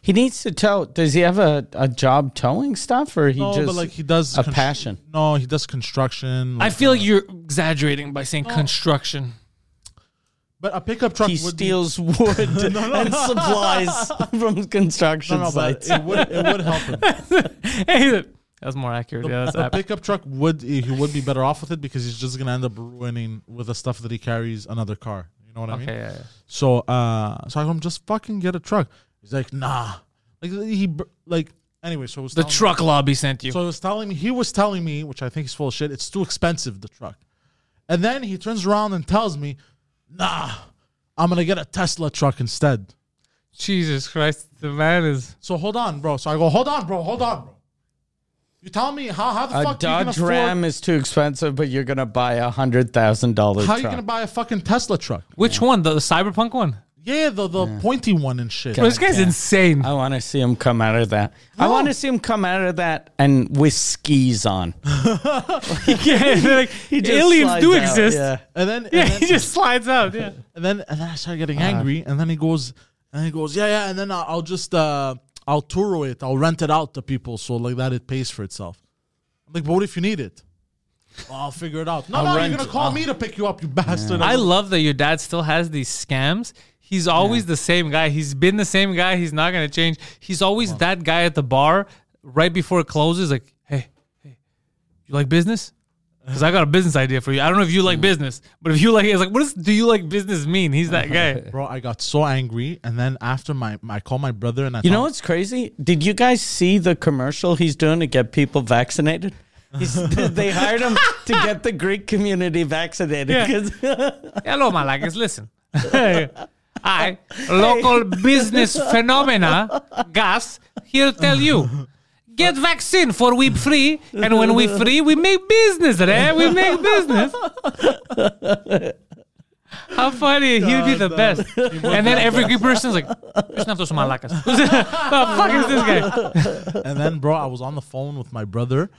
Speaker 2: He needs to tow. Does he have a, a job towing stuff, or he
Speaker 3: No,
Speaker 2: just
Speaker 3: but like he does
Speaker 2: a passion?
Speaker 3: No, he does construction.
Speaker 1: I
Speaker 3: Like,
Speaker 1: feel like you're exaggerating by
Speaker 3: Oh.
Speaker 1: saying construction.
Speaker 3: but a pickup truck
Speaker 2: he
Speaker 3: would
Speaker 2: steals wood and supplies from
Speaker 3: Be,
Speaker 2: construction
Speaker 3: no, no, but
Speaker 2: sites.
Speaker 3: it would it would help him.
Speaker 1: hey, that was more accurate. Yeah, that's
Speaker 3: a
Speaker 1: apt.
Speaker 3: pickup truck would he would be better off with it because he's just gonna end up ruining with the stuff that he carries another car. You know what I mean?
Speaker 1: Okay, yeah, yeah.
Speaker 3: So uh, so I told him just fucking get a truck. He's like, nah. Like he br- like anyway. So I was
Speaker 1: The
Speaker 3: telling-
Speaker 1: truck lobby sent you.
Speaker 3: So he was telling me he was telling me, which I think is full of shit. It's too expensive the truck. And then he turns around and tells me, nah, I'm gonna get a Tesla truck instead.
Speaker 1: Jesus Christ, the man is.
Speaker 3: So hold on, bro. So I go, hold on, bro, hold on, bro. You tell me how how the
Speaker 2: A
Speaker 3: fuck you can
Speaker 2: Dodge
Speaker 3: afford
Speaker 2: Ram is too expensive, but you're gonna buy a hundred thousand dollar
Speaker 3: how
Speaker 2: truck.
Speaker 3: you gonna buy a fucking Tesla truck?
Speaker 1: Which one? The, the cyberpunk one?
Speaker 3: Yeah, the the pointy one and shit.
Speaker 1: Bro, this guy's insane.
Speaker 2: I want to see him come out of that. I want to see him come out of that and with skis on.
Speaker 1: yeah, they're like,
Speaker 2: just
Speaker 1: aliens
Speaker 2: slides
Speaker 1: do
Speaker 2: out,
Speaker 1: exist.
Speaker 2: yeah.
Speaker 3: And then,
Speaker 1: Yeah,
Speaker 3: and
Speaker 1: he
Speaker 3: then,
Speaker 1: just slides out. Yeah.
Speaker 3: and then and then I started
Speaker 2: Uh-huh.
Speaker 3: getting angry. And then he goes, and he goes, yeah, yeah. And then I'll, I'll just uh, I'll tour it. I'll rent it out to people so like that it pays for itself. I'm like, but what if you need it? "Well, I'll figure it out. No,
Speaker 2: I'll
Speaker 3: no,
Speaker 2: rent- Uh.
Speaker 3: you're gonna call
Speaker 2: I'll-
Speaker 3: me to pick you up, you bastard.
Speaker 1: I
Speaker 3: I'm
Speaker 1: love that your dad still has these scams. He's always the same guy. He's been the same guy. He's not gonna change. He's always that guy at the bar right before it closes. Like, hey, hey, you like business? Because I got a business idea for you. I don't know if you like business, but if you like, it's like, what does do you like business mean? He's that guy.
Speaker 3: Bro, I got so angry, and then after my, my I called my brother and I.
Speaker 2: You know
Speaker 3: told-
Speaker 2: what's crazy? Did you guys see the commercial he's doing to get people vaccinated? He's, they hired him to get the Greek community vaccinated.
Speaker 1: Yeah.
Speaker 2: 'cause-
Speaker 1: Hello, my likers. Listen, I local business phenomena gas here tell you. Get vaccine for we free, and when we free, we make business, right? We make business. How funny! He'd be the best. And then every Greek person's like, "It's not those malakas." Who the fuck is this guy?
Speaker 3: And then, bro, I was on the phone with my brother.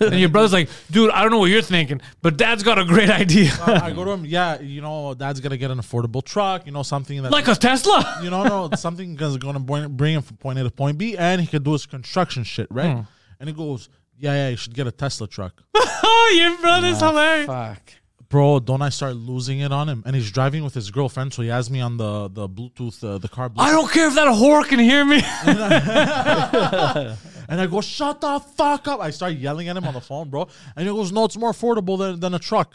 Speaker 1: And your brother's like, "Dude, I don't know what you're thinking, but Dad's got a great idea,
Speaker 3: I go to him, yeah, you know, dad's gonna get an affordable truck, you know, something that
Speaker 1: like a Tesla."
Speaker 3: you know, no, something is going to bring him from point A to point B, and he can do his construction shit,
Speaker 2: Hmm.
Speaker 3: right? And he goes, "Yeah, yeah, you should get a Tesla truck,
Speaker 1: Oh, your brother's hilarious.
Speaker 2: Fuck.
Speaker 3: bro." Don't I start losing it on him? And he's driving with his girlfriend, so he has me on the the Bluetooth, uh, the car. Bluetooth.
Speaker 1: I don't care if that whore can hear me.
Speaker 3: And I go, "Shut the fuck up!" I start yelling at him on the phone, bro. And he goes, "No, it's more affordable than, than a truck."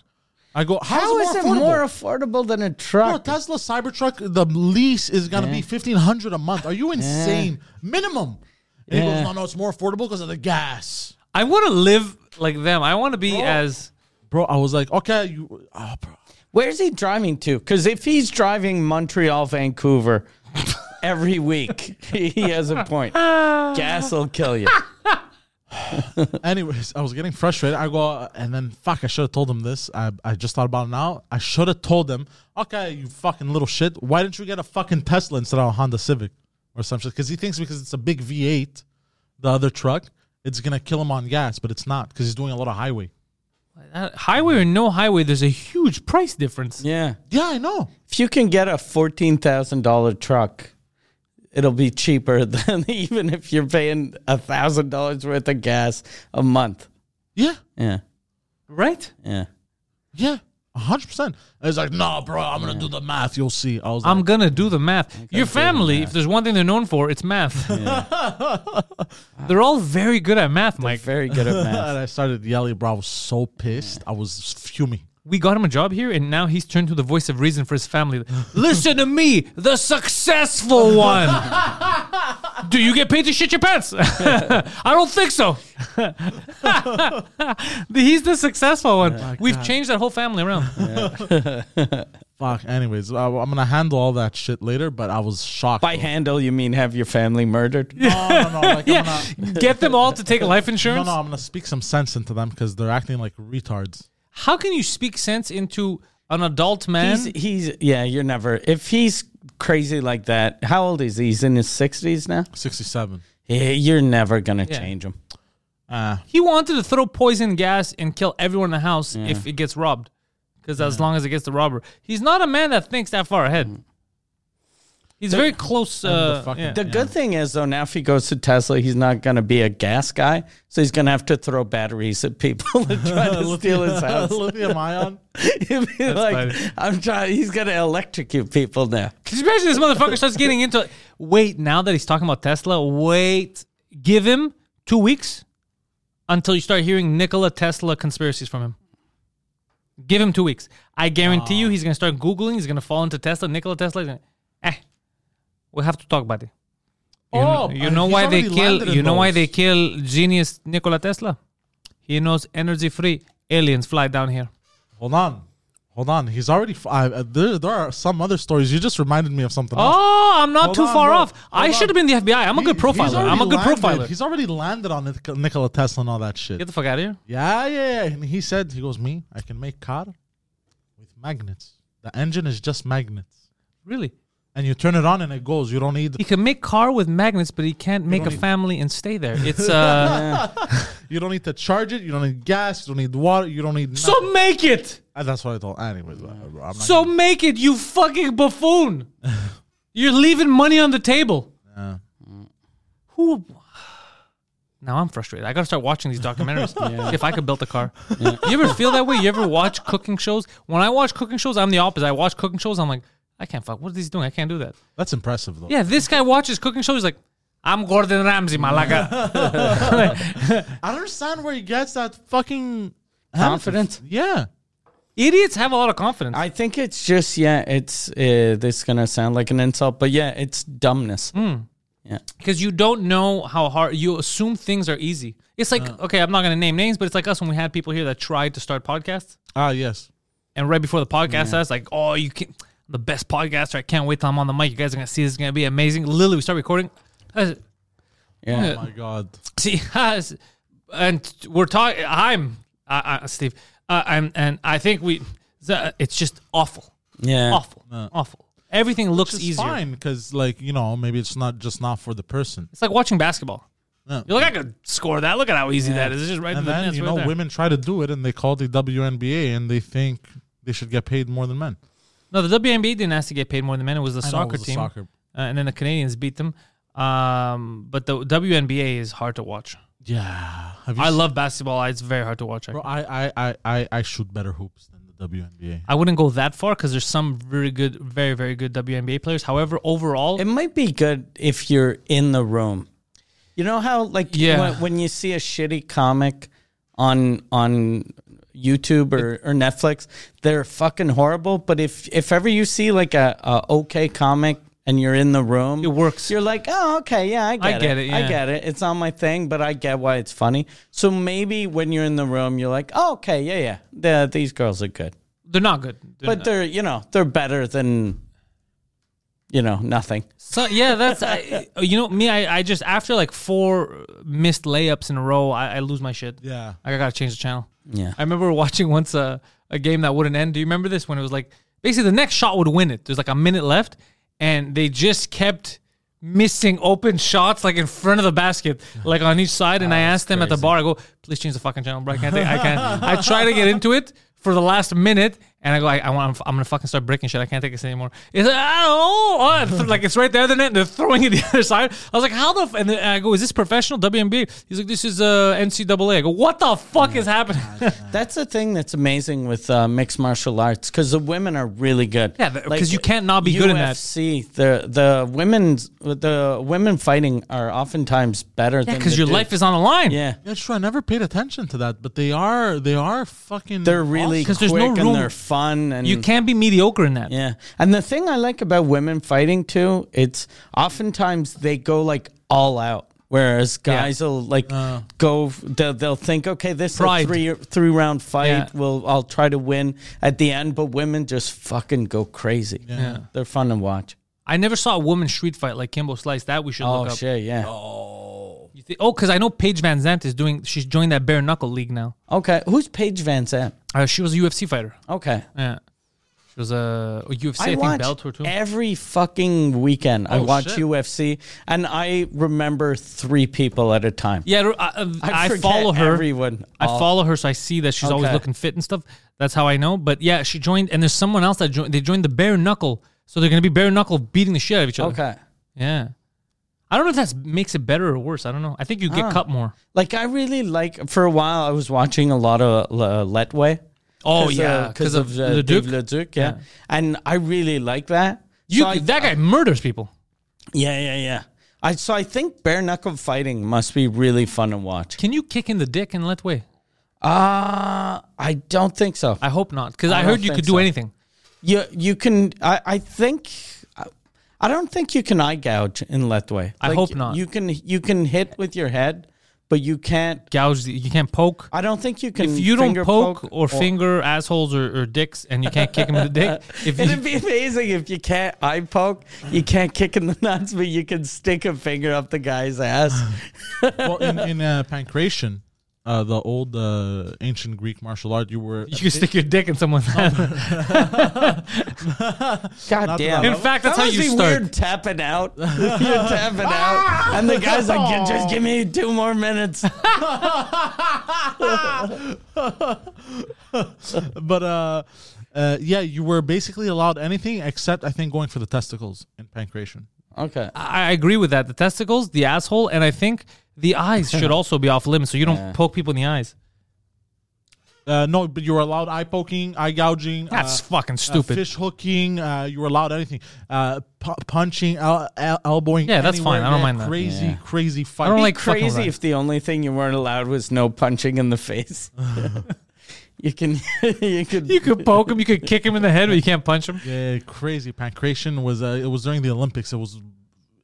Speaker 3: I go,
Speaker 2: How is it
Speaker 3: affordable?
Speaker 2: more affordable than a
Speaker 3: Bro,
Speaker 2: truck?
Speaker 3: Tesla Cybertruck, the lease is gonna be fifteen hundred a month. Are you insane? Minimum. And he
Speaker 2: Yeah.
Speaker 3: goes, "No, no, it's more affordable because of the gas."
Speaker 1: I want to live like them. I want to be as
Speaker 3: bro. I was like, okay, you, oh, bro.
Speaker 2: Where's he driving to? Because if he's driving Montreal, Vancouver every week, he has a point. Gas will kill you.
Speaker 3: Anyways, I was getting frustrated. I go, and then fuck, I should have told him this. I, I just thought about it now. I should have told him, okay, you fucking little shit. Why didn't you get a fucking Tesla instead of a Honda Civic or some shit? Because he thinks because it's a big V8, the other truck, it's gonna kill him on gas, but it's not because he's doing a lot of highway.
Speaker 1: uh, highway or no highway. There's a huge price difference.
Speaker 2: Yeah.
Speaker 3: Yeah, I know.
Speaker 2: If you can get a $14,000 truck, it'll be cheaper than even if you're paying $1,000 worth of gas a month.
Speaker 3: Yeah,
Speaker 2: Yeah.
Speaker 1: Right?
Speaker 2: Yeah.
Speaker 3: yeah, hundred percent. He's like, no, bro, I'm gonna do the math. You'll see. I was like,
Speaker 1: I'm gonna do the math. Your family, if there's one thing they're known for, it's math. they're all very good at math, Mike.
Speaker 2: Very good at math.
Speaker 3: and I started yelling, bro. I was so pissed. I was fuming.
Speaker 1: we got him a job here, and now he's turned to the voice of reason for his family. Listen to me, the successful one. Do you get paid to shit your pants? I don't think so. he's the successful
Speaker 3: Oh
Speaker 1: one. We've changed that whole family around.
Speaker 3: Fuck. Anyways, I, I'm gonna handle all that shit later. But I was shocked.
Speaker 2: By
Speaker 3: bro.
Speaker 2: handle, you mean have your family murdered?
Speaker 3: no, no, no. Like,
Speaker 1: Yeah.
Speaker 3: I'm gonna,
Speaker 1: Get them all to take life
Speaker 3: no,
Speaker 1: insurance.
Speaker 3: no. I'm gonna speak some sense into them because they're acting like retards.
Speaker 1: How can you speak sense into an adult man?
Speaker 2: He's, he's, yeah, you're never, if he's crazy like that, how old is he? He's in his 60s now?
Speaker 3: Sixty-seven.
Speaker 2: Yeah, You're never going to
Speaker 1: Yeah.
Speaker 2: change him.
Speaker 3: Uh,
Speaker 1: he wanted to throw poison gas and kill everyone in the house if it gets robbed. Because as long as it gets the robber, he's not a man that thinks that far ahead. He's very close. Uh,
Speaker 3: fucking-
Speaker 1: yeah.
Speaker 2: The good thing is, though, now if he goes to Tesla, he's not going to be a gas guy. So he's going to have to throw batteries at people to try to steal his house.
Speaker 3: lithium ion.
Speaker 2: He'll be like,
Speaker 1: funny.
Speaker 2: I'm trying, he's going to electrocute people now.
Speaker 1: Could you imagine this motherfucker starts getting into it? Wait, now that he's talking about Tesla, wait, give him two weeks until you start hearing Nikola Tesla conspiracies from him. Give him two weeks. I guarantee you he's going to start Googling. He's going to fall into Tesla, Nikola Tesla. he's Gonna, eh, we'll have to talk about it. You,
Speaker 3: Oh,
Speaker 1: you
Speaker 3: uh,
Speaker 1: know
Speaker 3: he's
Speaker 1: why they
Speaker 3: already
Speaker 1: kill?
Speaker 3: landed in
Speaker 1: You know why
Speaker 3: those.
Speaker 1: they kill genius Nikola Tesla? He knows energy free aliens fly down here.
Speaker 3: Hold on. Hold on, he's already. F- I, uh, there, there are some other stories. You just reminded me of something. else.
Speaker 1: Oh, I'm not
Speaker 3: Hold
Speaker 1: too
Speaker 3: on,
Speaker 1: far
Speaker 3: bro.
Speaker 1: off. I
Speaker 3: Hold
Speaker 1: should have been the FBI. I'm a good
Speaker 3: He- he's
Speaker 1: profiler.
Speaker 3: already
Speaker 1: I'm a good
Speaker 3: landed-
Speaker 1: profiler.
Speaker 3: He's already landed on Nic- Nikola Tesla and all that shit.
Speaker 1: Get the fuck out of here.
Speaker 3: Yeah, yeah, yeah. And he said, he goes, me, I can make car with magnets. The engine is just magnets.
Speaker 1: Really?
Speaker 3: and you turn it on and it goes. You don't need
Speaker 1: He can make car with magnets, but he can't make a
Speaker 3: don't need-
Speaker 1: family and stay there. It's uh,
Speaker 3: you don't need to charge it. You don't need gas. You don't need water. You don't need.
Speaker 1: so
Speaker 3: nothing.
Speaker 1: make it,
Speaker 3: And that's what I thought. Anyways, whatever, I'm not
Speaker 1: so make it, you fucking buffoon! You're leaving money on the table.
Speaker 3: gonna-
Speaker 1: Who? Now I'm frustrated. I gotta start watching these documentaries. If I could build a car, you ever feel that way? You ever watch cooking shows? When I watch cooking shows, I'm the opposite. I watch cooking shows. I'm like, I can't fuck. What are these doing? I can't do that.
Speaker 3: that's impressive though.
Speaker 1: Yeah, this guy watches cooking shows. He's like, I'm Gordon Ramsay, malaga.
Speaker 3: I don't understand where he gets that fucking.
Speaker 2: Confidence.
Speaker 3: Yeah,
Speaker 1: Idiots have a lot of confidence.
Speaker 2: I think it's just yeah. It's uh, this is gonna sound like an insult, but yeah, it's dumbness.
Speaker 1: because you don't know how hard you assume things are easy. It's like
Speaker 3: Uh.
Speaker 1: okay, I'm not gonna name names, but it's like us when we had people here that tried to start podcasts,
Speaker 3: ah yes.
Speaker 1: and right before the podcast, I was like, "Oh, you can the best podcaster! I can't wait till I'm on the mic. You guys are gonna see this is gonna be amazing." Literally, we start recording. I was-
Speaker 2: Yeah.
Speaker 3: Oh my god.
Speaker 1: See, and we're talking. I'm I, I, Steve. Uh, I'm and I think we. the- It's just awful,
Speaker 2: Yeah.
Speaker 1: awful, awful. Everything looks
Speaker 3: It's
Speaker 1: easier.
Speaker 3: fine because like you know maybe it's not just not for the person.
Speaker 1: It's like watching basketball.
Speaker 3: Yeah.
Speaker 1: You're like, I could score that. Look at how easy that is. It's just right. in
Speaker 3: And
Speaker 1: the
Speaker 3: then
Speaker 1: nets
Speaker 3: you
Speaker 1: right
Speaker 3: know
Speaker 1: there.
Speaker 3: women try to do it and they call the WNBA and they think they should get paid more than men.
Speaker 1: No, the WNBA didn't ask to get paid more than men. It was the
Speaker 3: I know it
Speaker 1: soccer
Speaker 3: was the
Speaker 1: team,
Speaker 3: soccer.
Speaker 1: Uh, and then the Canadians beat them. Um, but the WNBA is hard to watch.
Speaker 3: Yeah, Have you
Speaker 1: I
Speaker 3: seen-
Speaker 1: love basketball. It's very hard to watch.
Speaker 3: Bro,
Speaker 1: actually.
Speaker 3: I, I, I, I, I shoot better hoops than the WNBA.
Speaker 1: I wouldn't go that far because there's some very good, very very good WNBA players. However, overall,
Speaker 2: It might be good if you're in the room. You know how like
Speaker 1: Yeah.
Speaker 2: when, when you see a shitty comic on on YouTube or, or Netflix, they're fucking horrible. But if if ever you see like a, a okay comic and you're in the room,
Speaker 1: It works.
Speaker 2: You're like, oh okay, yeah, I get,
Speaker 1: get
Speaker 2: it.
Speaker 1: it,
Speaker 2: I
Speaker 1: yeah.
Speaker 2: get it. It's not my thing, but I get why it's funny. So maybe when you're in the room, you're like, oh okay, yeah, yeah, the, these girls are good,
Speaker 1: they're not good. They're
Speaker 2: but
Speaker 1: not-
Speaker 2: they're you know they're better than you know nothing.
Speaker 1: So yeah, that's I, you know me. I, I just after like four missed layups in a row, I, I lose my shit.
Speaker 3: Yeah.
Speaker 1: I gotta change the channel.
Speaker 2: Yeah.
Speaker 1: I remember watching once a, a game that wouldn't end. Do you remember this? When it was like basically the next shot would win it. There's like a minute left, and they just kept missing open shots like in front of the basket, like on each side. And I asked them at the bar, I go, please change the fucking channel, bro. I can't take I can't I try to get into it for the last minute. And I go, I, I want, I'm gonna fucking start breaking shit. I can't take this anymore. It's like, I don't know. Oh, like it's right there. The net. They're throwing it the other side. I was like, how the? F-? And, then, I go, is this professional WNBA? He's like, this is uh, NCAA. I go, what the fuck is happening?
Speaker 2: That's the thing that's amazing with uh, mixed martial arts because the women are really good.
Speaker 1: Yeah, but- 'cause you can't not be good in that.
Speaker 2: UFC, the the women's the women fighting are oftentimes better than
Speaker 1: because
Speaker 2: the
Speaker 1: your
Speaker 2: dude.
Speaker 1: life is on the line.
Speaker 2: yeah.
Speaker 3: That's true. I never paid attention to that, but they are they are fucking.
Speaker 2: They're really
Speaker 1: Because
Speaker 2: quick
Speaker 1: there's no room.
Speaker 2: and they're fun and
Speaker 1: you can't be mediocre in that.
Speaker 2: yeah. And the thing I like about women fighting too, it's oftentimes they go like all out. Whereas guys will like go, they'll, they'll think, okay, this is a
Speaker 1: Uh. Pride.
Speaker 2: three three round fight.
Speaker 1: Yeah.
Speaker 2: We'll I'll try to win at the end. But women just fucking go crazy. Yeah, they're fun to watch.
Speaker 1: I never saw a woman street fight like Kimbo Slice. That we should
Speaker 2: Oh
Speaker 1: look up.
Speaker 2: shit, yeah.
Speaker 1: You thi- oh, because I know Paige Van Zant is doing. She's joined that bare knuckle league now.
Speaker 2: Okay, who's Paige Van Zandt?
Speaker 1: Uh, she was a UFC fighter.
Speaker 2: Okay,
Speaker 1: Yeah, she was a, a UFC. I, think
Speaker 2: watch
Speaker 1: Bellator too.
Speaker 2: every fucking weekend. I
Speaker 1: Oh,
Speaker 2: watch
Speaker 1: shit.
Speaker 2: UFC, and I remember three people at a time.
Speaker 1: yeah, I, I, I
Speaker 2: forget
Speaker 1: follow her.
Speaker 2: Everyone,
Speaker 1: I
Speaker 2: All-
Speaker 1: follow her, so I see that she's always
Speaker 2: Okay.
Speaker 1: looking fit and stuff. That's how I know. But yeah, she joined, and there's someone else that joined. They joined the bare knuckle, so they're gonna be bare knuckle beating the shit out of each other.
Speaker 2: Okay.
Speaker 1: Yeah. I don't know if that makes it better or worse. I don't know. I think you get cut more.
Speaker 2: Like I really like. For a while, I was watching a lot of uh, Letway.
Speaker 1: Oh yeah,
Speaker 2: because of, uh,
Speaker 1: the
Speaker 2: Dave
Speaker 1: Duke.
Speaker 2: Le Duc, yeah.
Speaker 1: Yeah.
Speaker 2: And I really like that.
Speaker 1: You,
Speaker 2: So I-
Speaker 1: that guy murders people.
Speaker 2: yeah, yeah, yeah. I so I think bare knuckle fighting must be really fun to watch.
Speaker 1: Can you kick in the dick and let way?
Speaker 2: Uh I don't think so.
Speaker 1: I hope not, because I,
Speaker 2: I
Speaker 1: heard
Speaker 2: don't
Speaker 1: you could
Speaker 2: think
Speaker 1: do
Speaker 2: so.
Speaker 1: anything.
Speaker 2: You you can. I I think. I- I don't think you can eye gouge in Letway.
Speaker 1: I hope not.
Speaker 2: You can you can hit with your head, but you can't.
Speaker 1: Gouge. The, you can't poke.
Speaker 2: I don't think you can.
Speaker 1: If you don't
Speaker 2: finger
Speaker 1: poke, or, finger assholes or, or dicks, and you can't kick him in the dick, if
Speaker 2: It'd
Speaker 1: you,
Speaker 2: be amazing if you can't eye poke, you can't kick in the nuts, but you can stick a finger up the guy's ass.
Speaker 3: well in in uh, pancration. uh, the old uh, ancient Greek martial art, you were
Speaker 1: You can stick your dick in someone's hand.
Speaker 2: God damn.
Speaker 1: In fact, that's
Speaker 2: That
Speaker 1: how
Speaker 2: must
Speaker 1: you
Speaker 2: be
Speaker 1: start.
Speaker 2: Weird tapping out. You're tapping out, and the guy's like, "Gi- "Just give me two more minutes."
Speaker 3: but uh, uh, yeah, you were basically allowed anything except I think going for the testicles in pancreation.
Speaker 2: Okay.
Speaker 1: I I agree with that. The testicles, the asshole, and I think the eyes should also be off limits, so you don't poke people in the eyes.
Speaker 3: Uh, no, but you were allowed eye poking, eye gouging.
Speaker 1: That's
Speaker 3: uh,
Speaker 1: fucking
Speaker 3: uh,
Speaker 1: stupid.
Speaker 3: fish hooking. Uh, you were allowed anything. Uh, pu- punching, el- el- elbowing.
Speaker 1: Yeah, that's fine.
Speaker 3: anywhere,
Speaker 1: I don't
Speaker 3: man.
Speaker 1: mind that.
Speaker 3: Crazy,
Speaker 2: Yeah.
Speaker 3: crazy fight.
Speaker 1: I don't like fucking with that.
Speaker 2: Crazy if the only thing you weren't allowed was no punching in the face. you can, you could,
Speaker 1: You could poke him, you could kick him in the head, but you can't punch him.
Speaker 3: Yeah, crazy. Pancreation was. Uh, it was during the Olympics. It was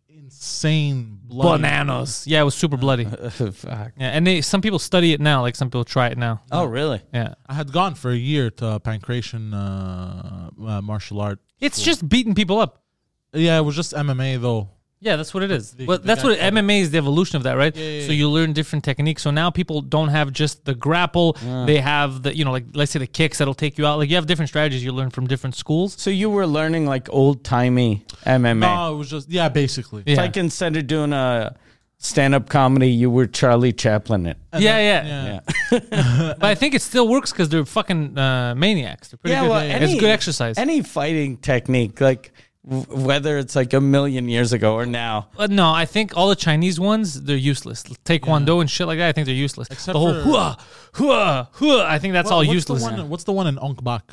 Speaker 3: insane. Bloody.
Speaker 1: Bananas. Yeah, it was super bloody.
Speaker 2: Fuck.
Speaker 1: Yeah, and they, some people study it now. Like some people try it now.
Speaker 2: Oh, really?
Speaker 1: Yeah,
Speaker 3: I had gone for a year to uh, pancreation uh, uh, martial art.
Speaker 1: it's just beating people up.
Speaker 3: Yeah, it was just MMA though.
Speaker 1: Yeah, that's what it is.
Speaker 3: the-
Speaker 1: but
Speaker 3: the
Speaker 1: that's
Speaker 3: guy
Speaker 1: what
Speaker 3: called it.
Speaker 1: MMA is the evolution of that, right?
Speaker 3: yeah,
Speaker 1: so you learn different techniques. So now people don't have just the grapple. They have the, you know, like let's say the kicks that'll take you out. Like you have different strategies you learn from different schools.
Speaker 2: So you were learning like old timey MMA.
Speaker 3: No, it was just Oh, yeah, basically.
Speaker 1: Yeah.
Speaker 2: Like instead of doing a stand up comedy, you were Charlie Chaplin it.
Speaker 1: yeah, yeah,
Speaker 3: yeah.
Speaker 1: But I think it still works because they're fucking uh, maniacs. They're pretty good. it's good exercise.
Speaker 2: Any fighting technique, like w- whether it's like a million years ago or now.
Speaker 1: But no, I think all the Chinese ones they're useless. Taekwondo and shit like that, I think they're useless.
Speaker 3: Except
Speaker 1: the whole
Speaker 3: for-
Speaker 1: hua, hua, hua. I think that's
Speaker 3: Well,
Speaker 1: all
Speaker 3: what's
Speaker 1: useless.
Speaker 3: The one, What's the one in Ong Bak?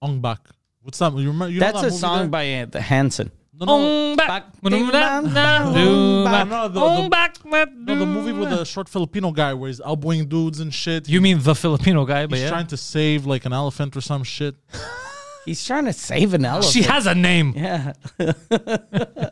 Speaker 3: Ong Bak. What's that? You remember? You know
Speaker 2: That's
Speaker 3: that
Speaker 2: a
Speaker 3: movie
Speaker 2: song
Speaker 3: there?
Speaker 2: by An- the Hanson.
Speaker 3: No, no,
Speaker 1: Ong bak,
Speaker 2: Bak, ding, dang, dang,
Speaker 1: do
Speaker 2: bak.
Speaker 1: bak,
Speaker 3: No, the-
Speaker 1: ong
Speaker 3: the-
Speaker 1: bak,
Speaker 3: no, the movie with
Speaker 1: do.
Speaker 3: the short Filipino guy where he's elbowing dudes and shit.
Speaker 1: You mean the Filipino guy, but
Speaker 3: he's
Speaker 1: yeah.
Speaker 3: trying to save like an elephant or some shit.
Speaker 2: He's trying to save an elephant.
Speaker 1: She has a name.
Speaker 2: yeah.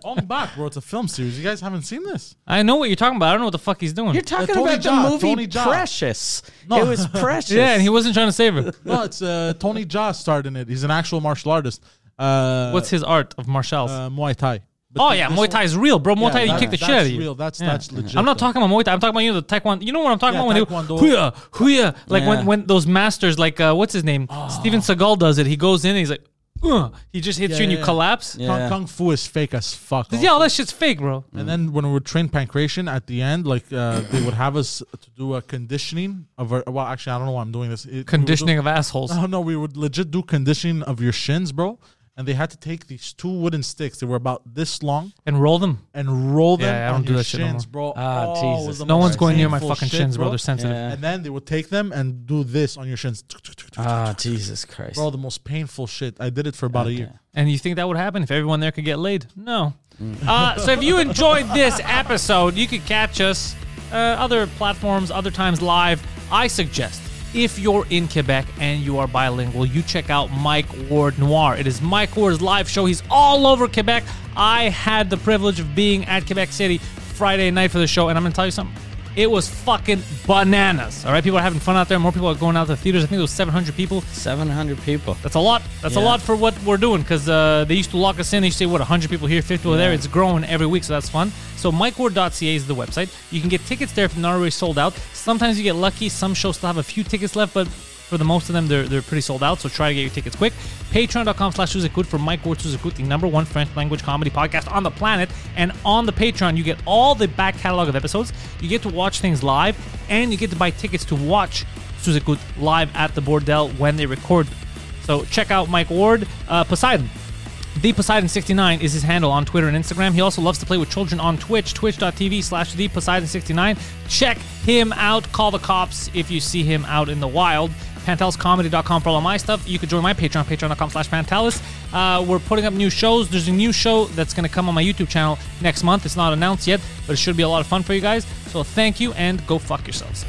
Speaker 3: Ong Bak, bro. It's a film series. You guys haven't seen this?
Speaker 1: I know what you're talking about. I don't know what the fuck he's doing.
Speaker 2: You're talking
Speaker 3: Tony
Speaker 2: about
Speaker 3: Jaa,
Speaker 2: the movie
Speaker 3: Tony Jaa.
Speaker 2: Precious. It was Precious.
Speaker 1: yeah, and he wasn't trying to save her.
Speaker 3: No, it's uh, Tony Jaa starred in it. He's an actual martial artist. Uh,
Speaker 1: What's his art of martials?
Speaker 3: uh, Muay Thai? But
Speaker 1: oh
Speaker 3: th-
Speaker 1: yeah,
Speaker 3: this
Speaker 1: Muay Thai is real, bro. Muay
Speaker 3: one-
Speaker 1: Thai, you
Speaker 3: that-
Speaker 1: kick the shit
Speaker 3: that's
Speaker 1: out of you.
Speaker 3: real. That's
Speaker 1: Yeah.
Speaker 3: that's legit.
Speaker 1: I'm not
Speaker 3: though.
Speaker 1: talking about Muay Thai. I'm talking about you know the Taekwondo. You know what I'm talking
Speaker 3: Yeah,
Speaker 1: about when
Speaker 3: Taekwondo.
Speaker 1: they huya huya like
Speaker 2: Yeah.
Speaker 1: when when those masters like uh, what's his name
Speaker 3: Ah.
Speaker 1: Steven Seagal does it. He goes in and he's like, "Ugh." he just hits
Speaker 3: Yeah,
Speaker 1: you and
Speaker 3: yeah,
Speaker 1: you
Speaker 3: yeah.
Speaker 1: collapse. Yeah.
Speaker 2: Yeah.
Speaker 3: Kung, Kung Fu is fake as fuck.
Speaker 1: all that shit's fake, bro.
Speaker 3: And then when we would train pancreation at the end, like uh, they would have us to do a conditioning of our. Well, actually, I don't know why I'm doing this. It- we would do-
Speaker 1: Conditioning of assholes.
Speaker 3: No, no, we would legit do conditioning of your shins, bro. And they had to take these two wooden sticks. They were about this long
Speaker 1: and roll them.
Speaker 3: and roll them
Speaker 1: Yeah, I
Speaker 3: on
Speaker 1: don't do
Speaker 3: your
Speaker 1: that shit no
Speaker 3: shins,
Speaker 1: more.
Speaker 3: bro.
Speaker 2: Ah,
Speaker 3: it
Speaker 2: Jesus.
Speaker 3: was the
Speaker 1: No
Speaker 3: most
Speaker 1: one's going near my
Speaker 3: painful
Speaker 1: fucking
Speaker 3: shit,
Speaker 1: shins, bro. They're sensitive.
Speaker 2: Yeah.
Speaker 3: And then they would take them and do this on your shins,
Speaker 2: Ah, Jesus Christ.
Speaker 3: bro. The most painful shit. I did it for about a year.
Speaker 1: And you think that would happen if everyone there could get laid? No. Uh, so if you enjoyed this episode, you could catch us uh, other platforms, other times live. I suggest if you're in Quebec and you are bilingual, you check out Mike Ward Noir. It is Mike Ward's live show. He's all over Quebec. I had the privilege of being at Quebec City Friday night for the show, and I'm going to tell you something. It was fucking bananas. All right, people are having fun out there. More people are going out to the theaters. I think it was 700 people.
Speaker 2: 700 people.
Speaker 1: That's a lot. That's a
Speaker 2: Yeah.
Speaker 1: lot for what we're doing because uh, they used to lock us in. They used to say, what, 100 people here, 50 over there. It's growing every week, so that's fun. So mikeward.ca is the website. You can get tickets there if they're not already sold out. Sometimes you get lucky. Some shows still have a few tickets left, but for the most of them, they're, they're pretty sold out. So try to get your tickets quick. Patreon.com slash Suzukut for Mike Ward Suzukut, the number one French language comedy podcast on the planet. And on the Patreon, you get all the back catalog of episodes. You get to watch things live, and you get to buy tickets to watch Suzukut live at the Bordel when they record. So check out Mike Ward, uh, Poseidon. The Poseidon69 is his handle on Twitter and Instagram. He also loves to play with children on Twitch, twitch.tv slash the Poseidon69. Check him out. Call the cops if you see him out in the wild. PantelisComedy.com for all of my stuff. You can join my Patreon, patreon.com slash Pantelis. Uh, we're putting up new shows. There's a new show that's going to come on my YouTube channel next month. It's not announced yet, but it should be a lot of fun for you guys. So thank you and go fuck yourselves.